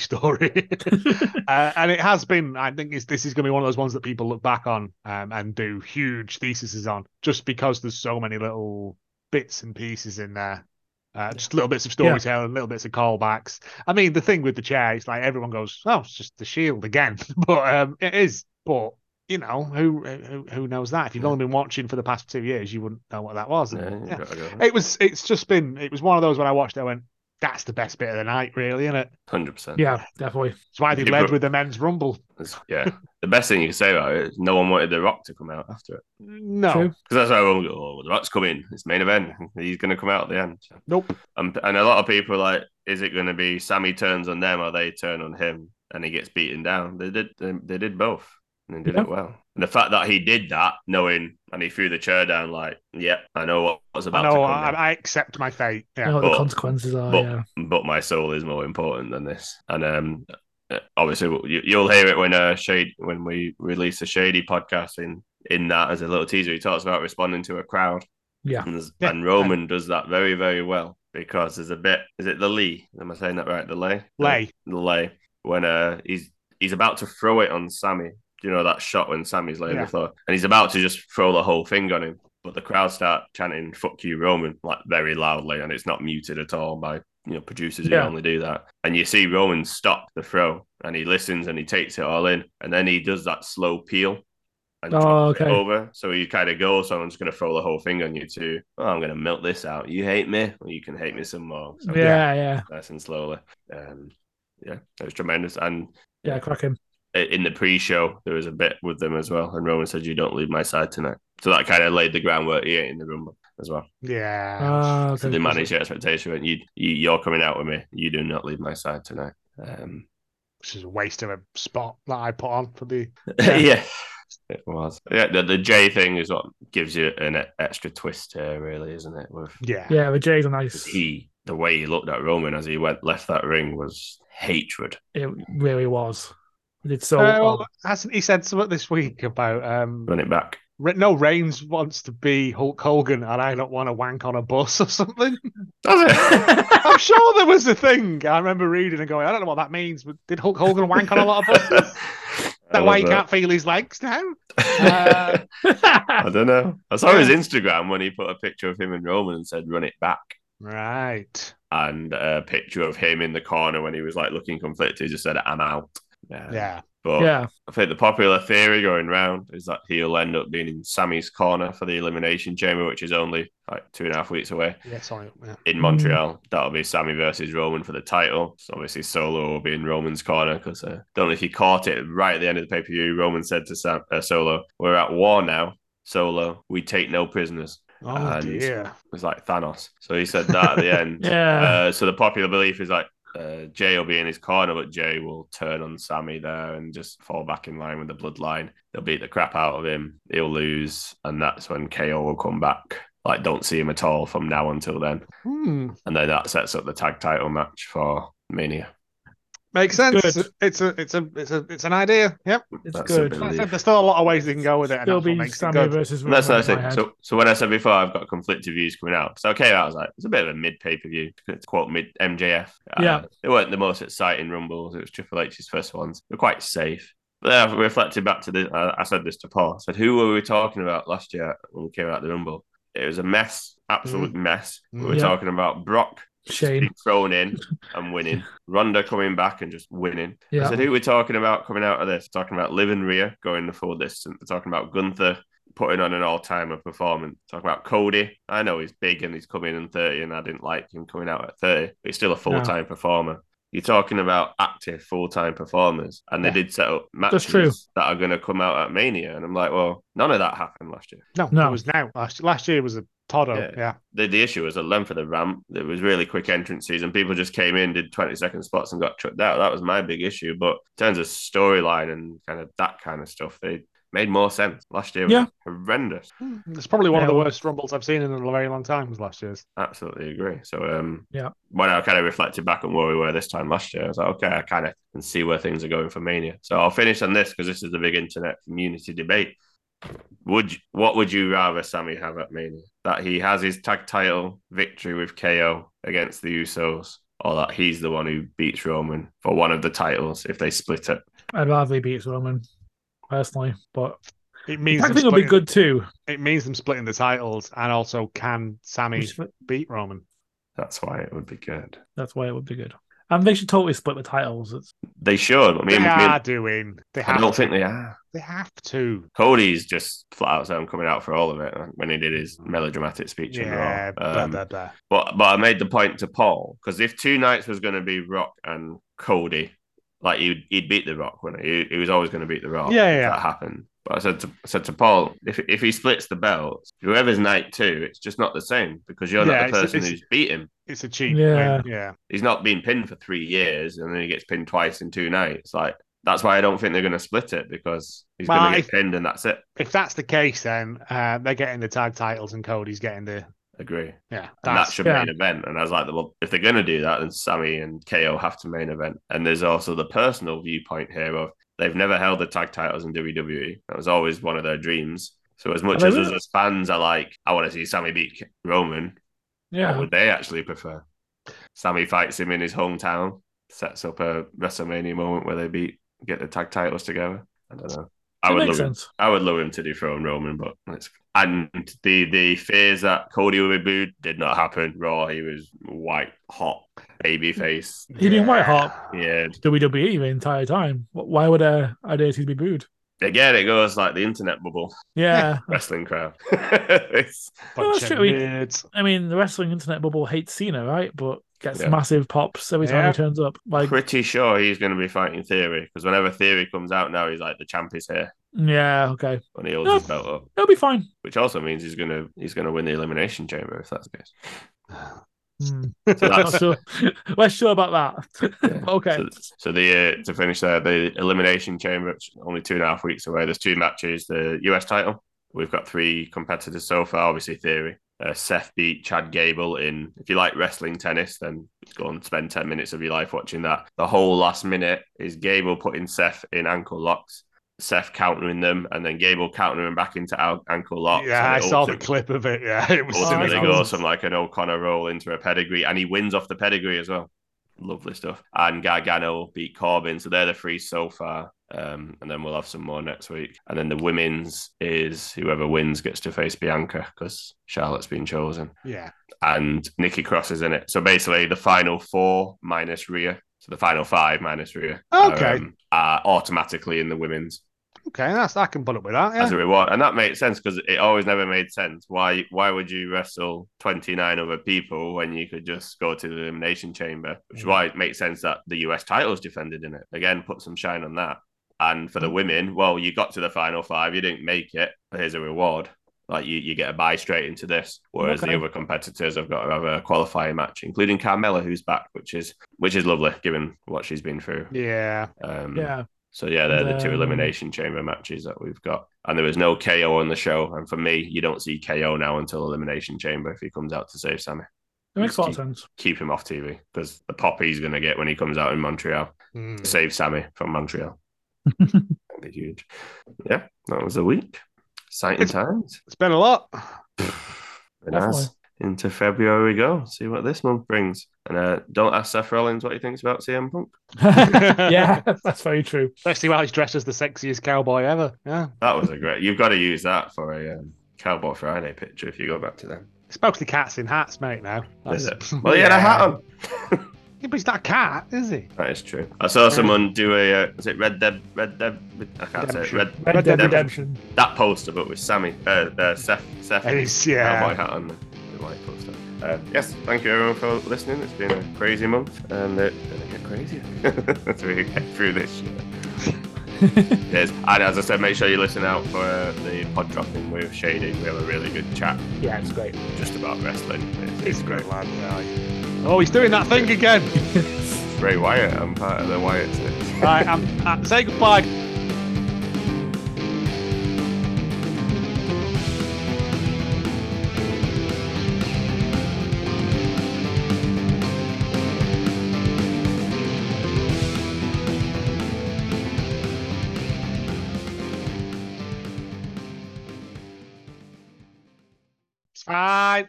Speaker 3: story, uh, and it has been. I think it's, this is going to be one of those ones that people look back on um, and do huge theses on, just because there's so many little bits and pieces in there. Uh, just little bits of storytelling, little bits of callbacks. I mean, the thing with the chair is like everyone goes, "Oh, it's just the Shield again," but um, it is. But you know, who who who knows that? If you've
Speaker 1: Yeah.
Speaker 3: only been watching for the past two years, you wouldn't know what that was.
Speaker 1: Yeah,
Speaker 3: and-
Speaker 1: you've
Speaker 3: yeah.
Speaker 1: gotta go.
Speaker 3: It was. It's just been. It was one of those when I watched. it, I went, "That's the best bit of the night, really." And it.
Speaker 1: Hundred percent.
Speaker 2: yeah, definitely.
Speaker 3: It's why they
Speaker 1: You
Speaker 3: led
Speaker 1: put-
Speaker 3: with the men's rumble.
Speaker 1: yeah. The best thing you can say about it is no one wanted The Rock to come out after it.
Speaker 3: No,
Speaker 2: True.
Speaker 1: Because that's how everyone goes, oh, The Rock's coming. It's main event. He's going to come out at the end.
Speaker 3: nope.
Speaker 1: And, and a lot of people are like, is it going to be Sammy turns on them or they turn on him and he gets beaten down? They did they, they did both and they did it well. And the fact that he did that, knowing, and he threw the chair down, like, yep, I know what was
Speaker 3: I
Speaker 1: about to
Speaker 3: know.
Speaker 1: come.
Speaker 3: I,
Speaker 1: now,
Speaker 3: I accept my fate.
Speaker 2: I
Speaker 3: Yeah.
Speaker 2: know what the
Speaker 1: But-
Speaker 2: consequences are.
Speaker 1: but,
Speaker 2: Oh, yeah.
Speaker 1: but my soul is more important than this. And um, uh, obviously, you, you'll hear it when uh, Shade when we release the Shady podcast in in that as a little teaser. He talks about responding to a crowd.
Speaker 2: Yeah.
Speaker 1: And, there's-
Speaker 3: Yeah.
Speaker 1: and Roman does that very, very well because there's a bit. Is it the Lee? Am I saying that right? The Lay?
Speaker 3: Lay.
Speaker 2: Uh,
Speaker 1: The Lay. When uh, he's he's about to throw it on Sammy. You know that shot when Sammy's laying
Speaker 3: Yeah.
Speaker 1: the floor, and he's about to just throw the whole thing on him. But the crowd start chanting "fuck you, Roman" like very loudly, and it's not muted at all by you know producers who
Speaker 2: Yeah.
Speaker 1: only do that. And you see Roman stop the throw, and he listens and he takes it all in, and then he does that slow peel and
Speaker 2: Oh,
Speaker 1: drops it
Speaker 2: okay.
Speaker 1: over. So he kind of goes, "So I'm just going to throw the whole thing on you too. Oh, I'm going to melt this out. You hate me, well, you can hate me some more." So
Speaker 2: yeah, yeah,
Speaker 1: nice and slowly. Um, yeah, it was tremendous. And
Speaker 2: yeah, crack him.
Speaker 1: i- in the pre-show, there was a bit with them as well, and Roman said, "You don't leave my side tonight." So that kind of laid the groundwork here in the rumble as well.
Speaker 3: Yeah.
Speaker 2: Ah,
Speaker 1: So
Speaker 2: okay.
Speaker 1: they managed your expectation. And you, you, you're coming out with me. You do not leave my side tonight. Um,
Speaker 3: Which is a waste of a spot that I put on for the.
Speaker 1: yeah. it was. Yeah, the, the J thing is what gives you an e- extra twist here, really, isn't it? With
Speaker 3: Yeah.
Speaker 2: Yeah, the Jay's a nice.
Speaker 1: he the way he looked at Roman as he went left that ring was hatred.
Speaker 2: It really was. It did so. um,
Speaker 3: Uh,
Speaker 2: well.
Speaker 3: well, hasn't he said something this week about um,
Speaker 1: Run it back.
Speaker 3: Re- no Reigns wants to be Hulk Hogan and I don't want to wank on a bus or something?
Speaker 1: Does it?
Speaker 3: I'm sure there was a thing I remember reading and going, I don't know what that means, but did Hulk Hogan wank on a lot of buses? Is
Speaker 1: I
Speaker 3: that why he
Speaker 1: love
Speaker 3: can't feel his legs now?
Speaker 1: that. I don't know. I saw his
Speaker 3: Um, Yeah.
Speaker 1: Instagram when he put a picture of him and Roman and said, run it back.
Speaker 3: Right.
Speaker 1: And a picture of him in the corner when he was like looking conflicted. He just said, I'm out.
Speaker 3: Yeah.
Speaker 1: But
Speaker 2: yeah.
Speaker 1: I think the popular theory going round is that he'll end up being in Sammy's corner for the Elimination Chamber, which is only like two and a half weeks away
Speaker 3: Yeah, sorry. Yeah.
Speaker 1: in
Speaker 2: Hmm.
Speaker 1: Montreal. That'll be Sammy versus Roman for the title. So obviously Solo will be in Roman's corner because I don't know if you caught it right at the end of the pay per view. Roman said to Sam, uh, Solo, "We're at war now, Solo. We take no prisoners."
Speaker 3: Oh,
Speaker 1: And-
Speaker 3: dear.
Speaker 1: It was like Thanos. So he said that at the end.
Speaker 2: Yeah.
Speaker 1: Uh, so the popular belief is like uh, Jay will be in his corner, but Jay will turn on Sammy there and just fall back in line with the bloodline. They'll beat the crap out of him. He'll lose, and that's when KO will come back. Like, don't see him at all from now until then,
Speaker 3: Hmm.
Speaker 1: and then that sets up the tag title match for Mania.
Speaker 3: Makes
Speaker 2: It's
Speaker 3: sense.
Speaker 2: good.
Speaker 3: It's a, it's a, it's a, it's an idea. Yep.
Speaker 2: It's
Speaker 1: That's
Speaker 2: good.
Speaker 1: a
Speaker 3: Like I
Speaker 1: belief.
Speaker 3: said, there's still a lot of ways they can go with it. And
Speaker 2: Still
Speaker 3: that's what
Speaker 2: be
Speaker 3: makes it
Speaker 2: Sammy
Speaker 3: good.
Speaker 2: versus
Speaker 1: And that's
Speaker 2: Roman
Speaker 1: the
Speaker 2: in my
Speaker 1: thing.
Speaker 2: head.
Speaker 1: So, so when I said before, I've got conflicted views coming out. So okay, I was like, it's a bit of a mid pay per view. To quote mid MJF, uh,
Speaker 2: Yeah.
Speaker 1: they weren't the most exciting rumbles. It was Triple H's first ones. They're quite safe. But then I reflected back to this. I, I said this to Paul. I said, who were we talking about last year when we came out the rumble? It was a mess, absolute mess. We
Speaker 3: Mm.
Speaker 1: were
Speaker 2: Yeah.
Speaker 1: talking about Brock
Speaker 2: Shame.
Speaker 1: being thrown in and winning, Ronda coming back and just winning. I
Speaker 2: Yeah.
Speaker 1: said, who we're talking about coming out of this? We're talking about Liv and Rhea going the full distance. We're talking about Gunther putting on an all-timer performance. Talking about Cody. I know he's big and he's coming in 30 and I didn't like him coming out at 30, but he's still a full-time performer. You're talking about active full-time performers and they
Speaker 3: Yeah.
Speaker 1: did set up matches
Speaker 2: That's true.
Speaker 1: that are going to come out at Mania. And I'm like, well, none of that happened last year.
Speaker 3: No,
Speaker 2: No.
Speaker 3: it was now. Last, last year was a Todo.
Speaker 1: Yeah.
Speaker 3: Yeah.
Speaker 1: The, the issue was the length of the ramp. It was really quick entrances and people just came in, did 20-second spots and got chucked out. That was my big issue. But in terms of storyline and kind of that kind of stuff, they made more sense. Last year was
Speaker 2: Yeah.
Speaker 1: horrendous.
Speaker 3: It's probably one of the
Speaker 2: Yeah.
Speaker 3: worst rumbles I've seen in a very long time. Was last year's.
Speaker 1: Absolutely agree. So um
Speaker 2: Yeah.
Speaker 1: when I kind of reflected back on where we were this time last year, I was like, okay, I kind of can see where things are going for Mania. So I'll finish on this because this is the big internet community debate. Would you, what would you rather Sammy have at Mania? That he has his tag title victory with KO against the Usos, or that he's the one who beats Roman for one of the titles if they split it?
Speaker 2: I'd rather he beats Roman personally, but
Speaker 3: It
Speaker 2: I
Speaker 3: means them
Speaker 2: think it'll be
Speaker 3: splitting-
Speaker 2: good too.
Speaker 3: It means them splitting the titles, and also can Sammy
Speaker 2: Which-
Speaker 3: beat Roman?
Speaker 1: That's why it would be good.
Speaker 2: That's why it would be good. And they should totally split the titles. It's,
Speaker 1: They should. I
Speaker 3: They
Speaker 1: mean, me and-
Speaker 3: are doing. They
Speaker 1: I
Speaker 3: have.
Speaker 1: don't
Speaker 3: to.
Speaker 1: think they are.
Speaker 3: They have to.
Speaker 1: Cody's just flat out saying coming out for all of it when he did his melodramatic speech. in
Speaker 3: Yeah.
Speaker 1: Raw.
Speaker 3: blah,
Speaker 1: Um,
Speaker 3: blah, blah.
Speaker 1: But but I made the point to Paul because if two nights was going to be Rock and Cody, like he'd, he'd beat the Rock, wouldn't he? He, he was always going to beat the Rock.
Speaker 3: Yeah, yeah,
Speaker 1: if
Speaker 3: yeah.
Speaker 1: That happened. But I said to I said to Paul, if if he splits the belts, whoever's night two, it's just not the same because you're
Speaker 3: Yeah,
Speaker 1: not the
Speaker 3: it's-
Speaker 1: person
Speaker 3: it's-
Speaker 1: who's beat him.
Speaker 3: It's a cheat.
Speaker 2: Yeah.
Speaker 3: Yeah. Yeah.
Speaker 1: He's not been pinned for three years and then he gets pinned twice in two nights. Like that's why I don't think they're going to split it because he's going
Speaker 3: Well,
Speaker 1: to get pinned and that's it.
Speaker 3: If that's the case, then uh, they're getting the tag titles, and Cody's getting the
Speaker 1: Agree. and
Speaker 3: yeah. That's,
Speaker 1: that's your
Speaker 2: yeah.
Speaker 1: main event. And I was like, well, if they're going to do that, then Sammy and KO have to main event. And there's also the personal viewpoint here of they've never held the tag titles in WWE. That was always one of their dreams. So as much
Speaker 2: Have
Speaker 1: as
Speaker 2: they
Speaker 1: us
Speaker 2: really?
Speaker 1: as fans are like, I want to see Sammy beat K- Roman, what
Speaker 2: yeah.
Speaker 1: would they actually prefer? Sammy fights him in his hometown, sets up a WrestleMania moment where they beat, get the tag titles together. I don't know. I
Speaker 2: it
Speaker 1: would
Speaker 2: makes
Speaker 1: love it.
Speaker 2: sense.
Speaker 1: I would love him to dethrone Roman, but it's and the the fears that Cody would be booed did not happen. Raw, he was white hot baby face.
Speaker 2: He'd been white hot.
Speaker 1: Yeah,
Speaker 2: WWE E the entire time. Wh- Why would uh, Ideas be booed?
Speaker 1: again, it goes like the internet bubble,
Speaker 2: Yeah.
Speaker 1: wrestling crowd. It's-
Speaker 2: Well,
Speaker 3: Bunch
Speaker 2: that's
Speaker 3: of
Speaker 2: true. We-
Speaker 3: nerds.
Speaker 2: I mean, the wrestling internet bubble hates Cena, right? But gets
Speaker 1: Yeah.
Speaker 2: massive pops every time
Speaker 3: Yeah.
Speaker 2: he turns up. Like,
Speaker 1: Pretty sure he's going to be fighting Theory because whenever Theory comes out now, he's like the champ is here
Speaker 2: yeah, okay.
Speaker 1: when he holds
Speaker 2: No.
Speaker 1: his belt up,
Speaker 2: It'll be fine.
Speaker 1: which also means he's gonna he's gonna win the elimination chamber if that's the case.
Speaker 2: Hmm.
Speaker 1: So that's
Speaker 2: Not sure. Less sure about that.
Speaker 1: Yeah.
Speaker 2: okay.
Speaker 1: So, so the uh, to finish there, the elimination chamber which is only two and a half weeks away. There's two matches. The US title. We've got three competitors so far. Obviously, Theory. Uh, Seth beat Chad Gable in. If you like wrestling tennis, then go and spend 10 minutes of your life watching that. The whole last minute is Gable putting Seth in ankle locks, Seth countering them, and then Gable countering him back into al- ankle locks.
Speaker 3: yeah,
Speaker 1: and
Speaker 3: I
Speaker 1: it
Speaker 3: saw the
Speaker 1: ultim-
Speaker 3: clip of it. Yeah, it was.
Speaker 2: Oh,
Speaker 1: Ultimately
Speaker 2: that
Speaker 1: goes
Speaker 2: was-
Speaker 1: from like an O'Connor roll into a pedigree, and he wins off the pedigree as well. Lovely stuff. And Gargano beat Corbin. So they're the three so far. Um, and then we'll have some more next week. And then the women's is whoever wins gets to face Bianca because Charlotte's been chosen
Speaker 3: yeah,
Speaker 1: and Nikki Cross is in it. So basically, the final four minus Rhea, so the final five minus Rhea,
Speaker 3: Okay.
Speaker 1: are, um, are automatically in the women's
Speaker 3: okay, that's I can put up with that. Yeah.
Speaker 1: as a reward, and that makes sense because it always never made sense. Why? Why would you wrestle twenty nine other people when you could just go to the elimination chamber? Which is why it makes sense that the US title's defended in it again. Put some shine on that. And for the women, well, you got to the final five, you didn't make it. But here's a reward. Like you, you get a buy straight into this, whereas
Speaker 2: Okay.
Speaker 1: the other competitors have got to have a qualifying match, including Carmella, who's back, which is which is lovely given what she's been through.
Speaker 3: Yeah,
Speaker 1: Um,
Speaker 2: Yeah.
Speaker 1: so yeah, they're the two
Speaker 2: Um,
Speaker 1: elimination chamber matches that we've got, and there was no KO on the show. And for me, you don't see KO now until elimination chamber if he comes out to save Sammy.
Speaker 2: It makes a lot of
Speaker 1: Keep-
Speaker 2: sense.
Speaker 1: Keep him off TV because the pop he's going to get when he comes out in Montreal
Speaker 3: Hmm.
Speaker 1: to save Sammy from Montreal. That'd be huge. Yeah, that was a week. Exciting
Speaker 3: It's-
Speaker 1: times.
Speaker 3: it's been a lot.
Speaker 1: It has. Into February we go. See what this month brings. And uh, don't ask Seth Rollins what he thinks about CM Punk.
Speaker 2: yeah, that's very true.
Speaker 3: Especially while he's dressed as the sexiest cowboy ever. Yeah,
Speaker 1: That was a great. You've got to use that for a um, Cowboy Friday picture if you go back to them.
Speaker 3: it's mostly cats in hats, mate. Now.
Speaker 1: Is
Speaker 3: That's-
Speaker 1: it? Well, he had a hat on.
Speaker 3: Yeah, but he's not a cat, is he?
Speaker 1: That is true. I saw someone do a uh, is it Red Dead Red Dead I can't say
Speaker 3: Redemption.
Speaker 1: it. Red,
Speaker 2: Red, Dead
Speaker 1: Dead
Speaker 2: Redemption.
Speaker 1: that poster, but with Sammy uh, uh Seth Seth
Speaker 3: And he's yeah.
Speaker 1: cowboy hat on the, the white poster. Uh, yes, thank you everyone for listening. It's been a crazy month, and it's gonna get crazier as we get through this. Year. Yes, and as I said, make sure you listen out for uh, the pod dropping with Shady. We have a really good chat
Speaker 2: Yeah, it's great.
Speaker 1: just about wrestling. It's,
Speaker 3: He's a great lad. yeah. Oh, he's doing that thing again.
Speaker 1: Ray Wyatt. I'm part of the Wyatt.
Speaker 3: right, I'm, i uh, say goodbye.